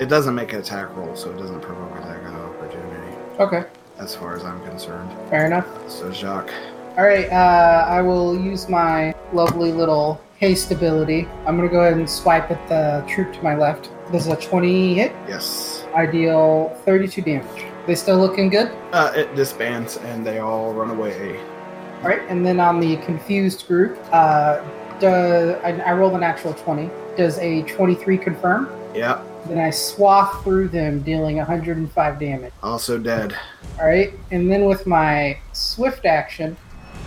Speaker 4: It doesn't make an attack roll, so it doesn't provoke attack of opportunity,
Speaker 7: Okay,
Speaker 4: as far as I'm concerned.
Speaker 7: fair enough.
Speaker 4: So Jacques,
Speaker 7: All right, uh, I will use my lovely little haste ability. I'm gonna go ahead and swipe at the troop to my left. This is a 20 hit.
Speaker 4: yes.
Speaker 7: I deal 32 damage. They still looking good.
Speaker 4: Uh, it disbands and they all run away.
Speaker 7: All right, and then on the confused group, uh, do, I, I rolled a natural 20. Does a 23 confirm?
Speaker 4: Yeah,
Speaker 7: Then I swath through them, dealing 105 damage.
Speaker 4: also dead.
Speaker 7: All right, and then with my swift action,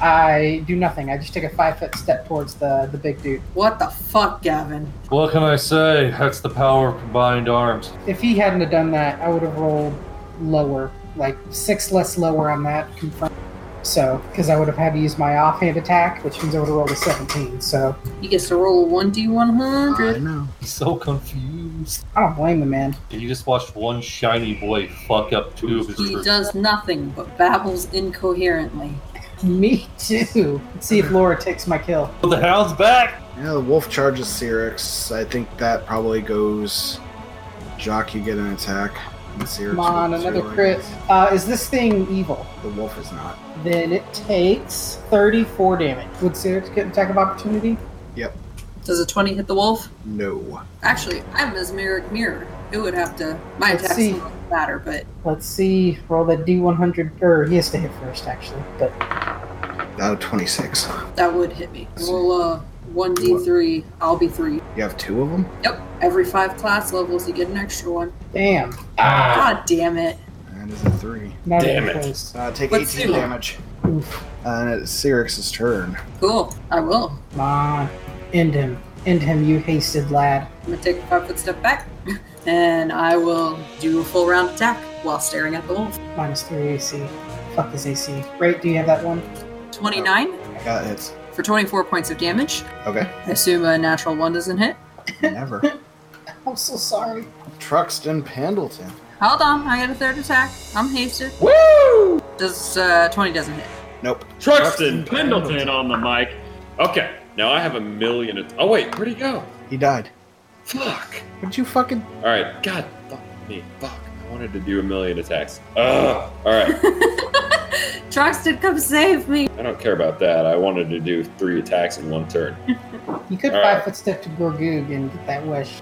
Speaker 7: I do nothing. I just take a five foot step towards the the big dude.
Speaker 2: What the fuck, Gavin?
Speaker 3: what can I say? That's the power of combined arms.
Speaker 7: If he hadn't have done that, I would have rolled lower, like six less lower on that confirm. So, because I would have had to use my offhand attack, which means I would have rolled a 17. So,
Speaker 2: He gets to roll a 1d100.
Speaker 4: I know.
Speaker 3: He's so confused.
Speaker 7: I don't blame the man.
Speaker 3: He just watched one shiny boy fuck up two of his
Speaker 2: He
Speaker 3: troops.
Speaker 2: does nothing but babbles incoherently.
Speaker 7: Me too. Let's see if Laura takes my kill.
Speaker 3: The hound's back.
Speaker 4: Yeah, the wolf charges Cyrix. I think that probably goes. Jacques, you get an attack. and Cyrix
Speaker 7: Come on,
Speaker 4: rolls
Speaker 7: another
Speaker 4: two, I
Speaker 7: crit.
Speaker 4: guess.
Speaker 7: Uh, is this thing evil?
Speaker 4: The wolf is not.
Speaker 7: Then it takes 34 damage. Would Sirius get an attack of opportunity?
Speaker 2: Does a 20 hit the wolf?
Speaker 4: No.
Speaker 2: Actually, I'm mesmeric mirror. It would have to. My
Speaker 7: Let's
Speaker 2: attacks
Speaker 7: see.
Speaker 2: don't matter, but
Speaker 7: Let's see. Roll that D100. Or he has to hit first, actually. But
Speaker 4: Out of 26.
Speaker 2: that would hit me. Roll a 1d3. I'll be 3.
Speaker 4: You have two of them?
Speaker 2: Yep. Every five class levels, you get an extra one.
Speaker 7: damn.
Speaker 2: God damn it.
Speaker 4: That is a three.
Speaker 7: Not
Speaker 5: Damn
Speaker 7: even
Speaker 5: it.
Speaker 7: close.
Speaker 4: Uh, take
Speaker 2: Let's
Speaker 4: 18
Speaker 2: see.
Speaker 4: damage.
Speaker 7: Oof.
Speaker 4: And it's Cyrix's turn.
Speaker 2: Cool. I will.
Speaker 7: Come on. End him. End him, you hasted lad.
Speaker 2: I'm going to take a five foot step back, and I will do a full round attack while staring at the wolf.
Speaker 7: Minus 3 AC. Fuck his AC. Right, do you have that one?
Speaker 2: 29
Speaker 4: I got hits.
Speaker 2: for 24 points of damage.
Speaker 4: Okay.
Speaker 2: I assume a natural one doesn't hit.
Speaker 4: Never.
Speaker 7: I'm so sorry.
Speaker 4: Truxton Pendleton.
Speaker 2: Hold on, I got a third attack. I'm hasted. Woo! Does uh, 20 doesn't hit.
Speaker 4: Nope.
Speaker 5: Truxton Pendleton on the mic. Okay, now I have a million. At- oh wait, where'd he go?
Speaker 4: He died.
Speaker 5: Fuck.
Speaker 4: Would you fucking.
Speaker 5: All right. God, fuck me. Fuck. I wanted to do a million attacks. Ugh. All right.
Speaker 2: Troxton, come save me.
Speaker 5: I don't care about that. I wanted to do three attacks in one turn.
Speaker 7: You could
Speaker 5: All right.
Speaker 7: 5 foot step to Gorgoog and get that wish.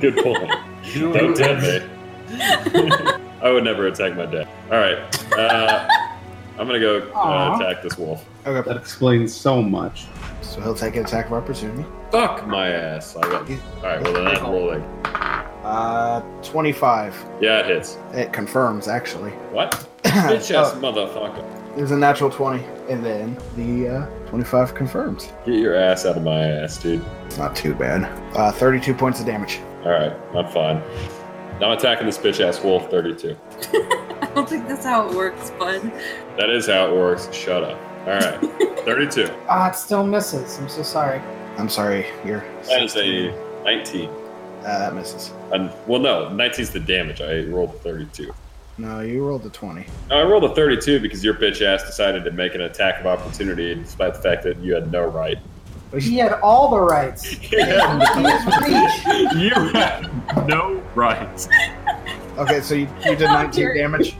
Speaker 5: Good point.
Speaker 3: Do
Speaker 5: Don't
Speaker 3: it.
Speaker 5: tempt me. I would never attack my dad. All right. Uh, I'm gonna go uh,
Speaker 7: Aw.
Speaker 5: attack this wolf.
Speaker 4: Okay.
Speaker 6: That explains so much.
Speaker 4: So he'll take an attack of opportunity.
Speaker 5: Fuck my ass. I got. All right. Well, then I'm rolling.
Speaker 4: Uh, 25.
Speaker 5: Yeah, it hits.
Speaker 4: It confirms, actually.
Speaker 5: What? Bitch ass
Speaker 4: Oh,
Speaker 5: motherfucker.
Speaker 4: there's a natural 20. And then the uh, 25 confirms.
Speaker 5: Get your ass out of my ass, dude.
Speaker 4: It's not too bad. Uh, 32 points of damage.
Speaker 5: All right. I'm fine. Now I'm attacking this bitch ass wolf. 32.
Speaker 2: I don't think that's how it works, bud.
Speaker 5: That is how it works. Shut up. All right. 32.
Speaker 7: Ah, it still misses. I'm so sorry.
Speaker 4: I'm sorry. You're.
Speaker 5: That is a 19.
Speaker 4: Uh, that misses.
Speaker 5: And well, no, 19 is the damage. I rolled a 32.
Speaker 4: No, you rolled a 20.
Speaker 5: I rolled a 32 because your bitch ass decided to make an attack of opportunity despite the fact that you had no right.
Speaker 7: He had all the rights.
Speaker 5: you
Speaker 7: He was reach.
Speaker 5: had no right.
Speaker 4: Okay, so you, you did
Speaker 2: Oh,
Speaker 4: 19
Speaker 2: dear.
Speaker 4: damage.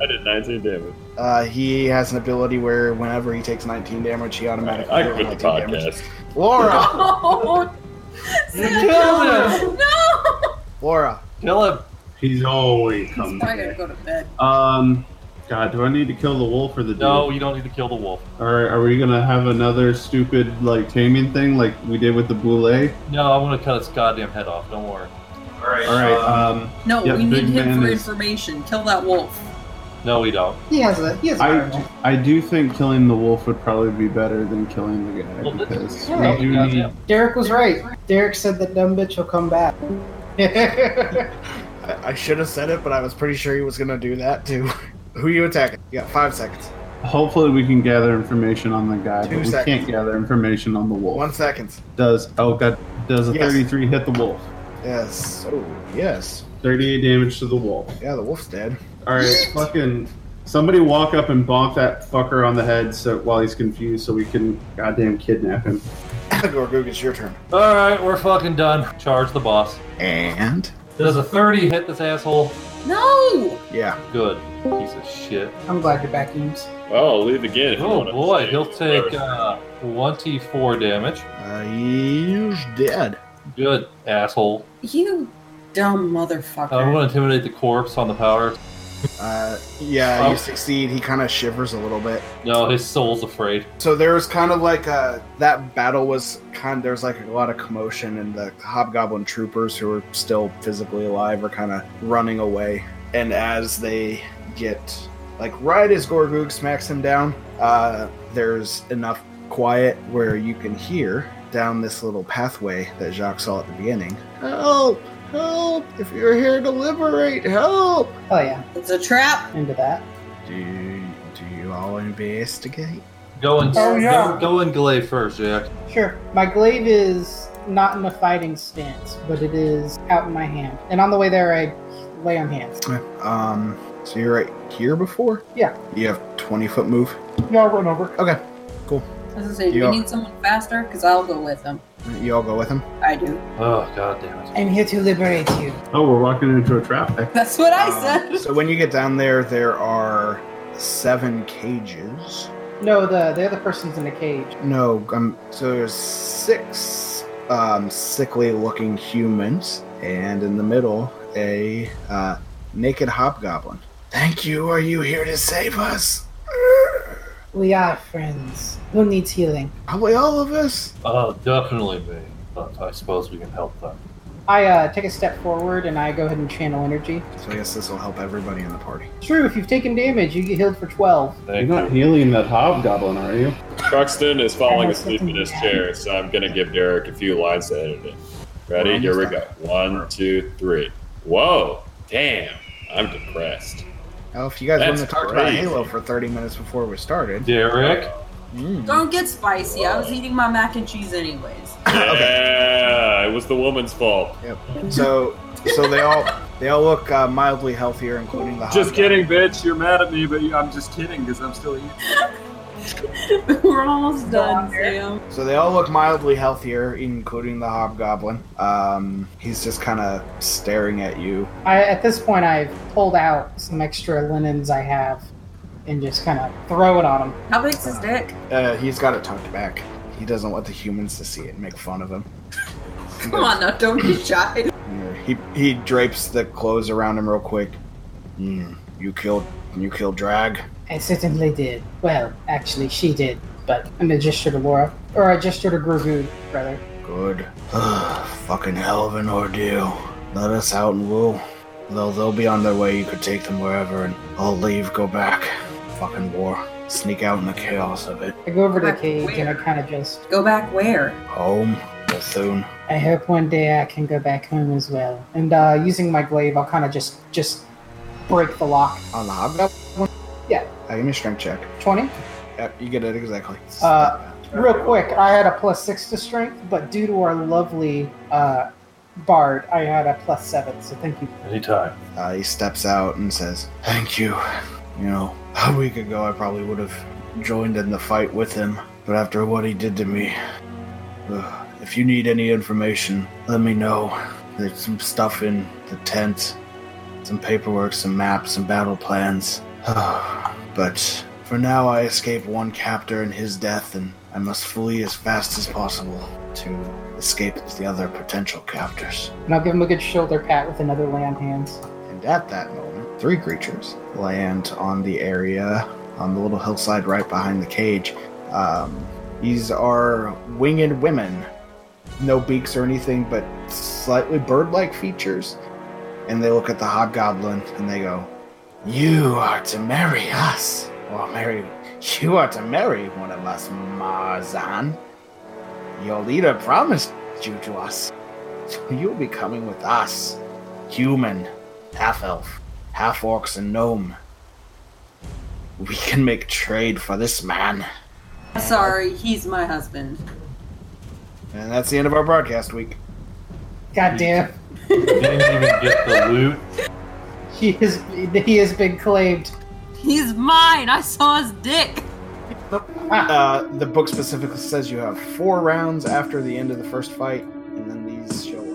Speaker 5: I did 19 damage.
Speaker 4: Uh, he has an ability where whenever he takes 19 damage, he automatically
Speaker 5: I
Speaker 4: deals
Speaker 5: quit the
Speaker 4: 19 damage.
Speaker 5: podcast.
Speaker 4: Laura,
Speaker 2: Oh,
Speaker 3: Kill him!
Speaker 2: no!
Speaker 4: Laura,
Speaker 3: Kill him!
Speaker 6: He's always comes.
Speaker 2: I gotta go to bed.
Speaker 6: Um, God, do I need to kill the wolf or the dude?
Speaker 3: No, you don't need to kill the wolf.
Speaker 6: Or are we gonna have another stupid like taming thing like we did with the boule?
Speaker 3: No, I'm gonna cut its goddamn head off. Don't worry.
Speaker 8: All right.
Speaker 6: All right. Um,
Speaker 2: No,
Speaker 6: Yeah,
Speaker 2: we need
Speaker 6: big
Speaker 2: him
Speaker 6: man
Speaker 2: for
Speaker 6: is-
Speaker 2: information. Kill that wolf.
Speaker 3: No, we don't.
Speaker 7: He has a he has a
Speaker 6: I
Speaker 7: rifle.
Speaker 6: I do think killing the wolf would probably be better than killing the guy
Speaker 3: Well, this-
Speaker 6: because
Speaker 7: Yeah.
Speaker 6: we do need.
Speaker 7: Derek was right. Derek said that dumb bitch will come back.
Speaker 4: I, I should have said it, but I was pretty sure he was gonna do that too. Who you attacking? You got five seconds.
Speaker 6: Hopefully, we can gather information on the guy,
Speaker 4: Two
Speaker 6: but we
Speaker 4: seconds.
Speaker 6: can't gather information on the wolf.
Speaker 4: One second.
Speaker 6: Does oh god, does a
Speaker 4: Yes.
Speaker 6: 33 hit the wolf?
Speaker 4: Yes. Oh, yes.
Speaker 6: 38 damage to the wolf.
Speaker 4: Yeah, the wolf's dead.
Speaker 6: All right, fucking somebody walk up and bonk that fucker on the head so while he's confused, so we can goddamn kidnap him.
Speaker 4: Gorgoog, it's your turn.
Speaker 3: All right, we're fucking done. Charge the boss.
Speaker 4: And
Speaker 3: Does a 30 hit this asshole?
Speaker 2: No!
Speaker 4: yeah,
Speaker 3: Good. Piece of shit.
Speaker 7: I'm glad you're back, Eames.
Speaker 5: Well, I'll leave again. If you
Speaker 3: Oh
Speaker 5: want
Speaker 3: boy,
Speaker 5: to
Speaker 3: he'll take uh, 24 damage.
Speaker 4: uh, he's dead.
Speaker 3: Good asshole.
Speaker 2: You dumb motherfucker.
Speaker 3: I'm gonna intimidate the corpse on the power.
Speaker 4: Uh, yeah,
Speaker 3: Oh.
Speaker 4: you succeed. He kind of shivers a little bit.
Speaker 3: No, his soul's afraid.
Speaker 4: So there was kind of like a that battle was kind. There's like a lot of commotion, and the hobgoblin troopers who are still physically alive are kind of running away. And as they get like right as Gorgoog smacks him down, uh, there's enough quiet where you can hear down this little pathway that Jacques saw at the beginning. Help! Help! If you're here to liberate, help!
Speaker 7: Oh yeah,
Speaker 2: It's a trap.
Speaker 7: into that.
Speaker 4: Do you, do you all investigate?
Speaker 3: Go and
Speaker 7: Oh, yeah.
Speaker 3: go, go and glaive first, Jack.
Speaker 7: Sure. My glaive is not in a fighting stance, but it is out in my hand. And on the way there, I lay on hands.
Speaker 4: Um, so you're right here before?
Speaker 7: Yeah.
Speaker 4: You have 20 foot move?
Speaker 7: Yeah, I'll run over.
Speaker 4: Okay.
Speaker 2: As I say, do
Speaker 4: Yeah.
Speaker 2: we need someone faster? Because I'll go with them.
Speaker 4: You all go with him?
Speaker 2: I do.
Speaker 3: Oh god damn it.
Speaker 7: I'm here to liberate you.
Speaker 6: Oh, we're walking into a trap.
Speaker 2: That's what I
Speaker 6: Uh,
Speaker 4: Um,
Speaker 2: said.
Speaker 4: so when you get down there, there are seven cages.
Speaker 7: No, the the other person's in a cage.
Speaker 4: No, um, so there's six um, sickly looking humans, and in the middle, a uh, naked hobgoblin. Thank you. Are you here to save us?
Speaker 7: We are friends. Who needs healing?
Speaker 4: Probably all of us.
Speaker 3: Oh, definitely me. But I suppose we can help them.
Speaker 7: I uh, take a step forward and I go ahead and channel energy.
Speaker 4: So I guess this will help everybody in the party.
Speaker 7: True, if you've taken damage, you get healed for 12.
Speaker 6: You're
Speaker 3: Thank
Speaker 6: not
Speaker 3: you.
Speaker 6: healing that hobgoblin, are you?
Speaker 5: Truxton is falling asleep in his
Speaker 7: Yeah.
Speaker 5: chair, so I'm going to give Derek a few lines to edit it. Ready? Here we go. One, two, three. Whoa! Damn! I'm depressed.
Speaker 4: Oh, if you guys wouldn't have
Speaker 5: That's
Speaker 4: talked about
Speaker 5: crazy.
Speaker 4: Halo for 30 minutes before we started.
Speaker 3: Derek,
Speaker 4: Mm.
Speaker 2: Don't get spicy. I was eating my mac and cheese anyways.
Speaker 5: Yeah,
Speaker 4: Okay.
Speaker 5: it was the woman's fault.
Speaker 4: So, so they all they all look uh, mildly healthier, including the
Speaker 5: Just
Speaker 4: hobgoblin.
Speaker 5: kidding, bitch. You're mad at me, but I'm just kidding because I'm still eating.
Speaker 2: We're almost done,
Speaker 7: Longer.
Speaker 2: Sam.
Speaker 4: So they all look mildly healthier, including the hobgoblin. Um, he's just kind of staring at you.
Speaker 7: I, at this point, I've pulled out some extra linens I have and just kind of throw it on him.
Speaker 2: How big's his dick?
Speaker 4: Uh, he's got it tucked back. He doesn't want the humans to see it and make fun of him.
Speaker 2: Come on now, don't be shy.
Speaker 4: He he drapes the clothes around him real quick. Mm, you killed you killed Drag.
Speaker 7: I certainly did. Well, actually, she did, but I'm going to gesture to Laura. Or I gesture to Grogu, rather.
Speaker 4: Good. Fucking hell of an ordeal. Let us out and we'll. They'll, they'll be on their way. You could take them wherever and I'll leave, go back. Fucking war. Sneak out in the chaos of it.
Speaker 7: I go over to the
Speaker 2: Back
Speaker 7: cage and I
Speaker 2: where?
Speaker 7: kind of just.
Speaker 2: Go back where?
Speaker 4: Home, Bethune.
Speaker 7: I hope one day I can go back home as well. And uh, using my glaive, I'll kind of just just break the lock.
Speaker 4: On the hobgoblin?
Speaker 7: Yeah.
Speaker 4: Uh, give me a strength check.
Speaker 7: 20?
Speaker 4: Yep, you get it exactly.
Speaker 7: Uh, Real quick, I had a plus six to strength, but due to our lovely uh, bard, I had a plus seven. So thank you.
Speaker 3: anytime.
Speaker 4: Uh, he steps out and says, Thank you. You know, a week ago I probably would have joined in the fight with him, but after what he did to me, ugh, if you need any information, let me know. There's some stuff in the tent, some paperwork, some maps, some battle plans. but for now, I escape one captor and his death, and I must flee as fast as possible to escape the other potential captors.
Speaker 7: And I'll give him a good shoulder pat with another lamb hands.
Speaker 4: And at that moment, three creatures land on the area on the little hillside right behind the cage. Um, these are winged women, no beaks or anything, but slightly bird like features. And they look at the hobgoblin and they go, You are to marry us. Or marry, you are to marry one of us, Marzan. Your leader promised you to us. So you'll be coming with us. Human, half elf, half orcs, and gnome. We can make trade for this man.
Speaker 2: Sorry, he's my husband.
Speaker 4: And that's the end of our broadcast week.
Speaker 7: God damn.
Speaker 3: Didn't even get the loot.
Speaker 7: He is he has been claimed.
Speaker 2: He's mine. I saw his dick.
Speaker 4: Uh, the book specifically says you have four rounds after the end of the first fight, and then these show up.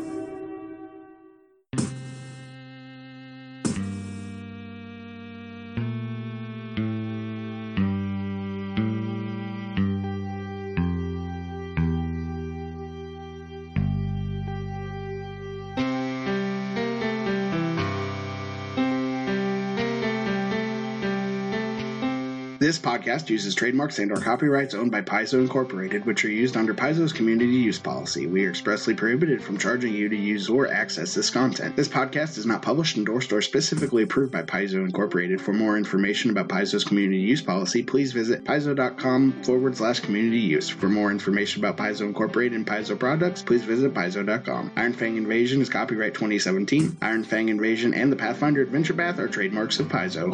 Speaker 4: This podcast uses trademarks and/or copyrights owned by Paizo Incorporated, which are used under Paizo's community use policy. We are expressly prohibited from charging you to use or access this content. This podcast is not published, endorsed, or specifically approved by Paizo Incorporated. For more information about Paizo's community use policy, please visit paizo.com forward slash community use. For more information about Paizo Incorporated and Paizo products, please visit paizo.com. Iron Fang Invasion is copyright 2017. Iron Fang Invasion and the Pathfinder Adventure Path are trademarks of Paizo.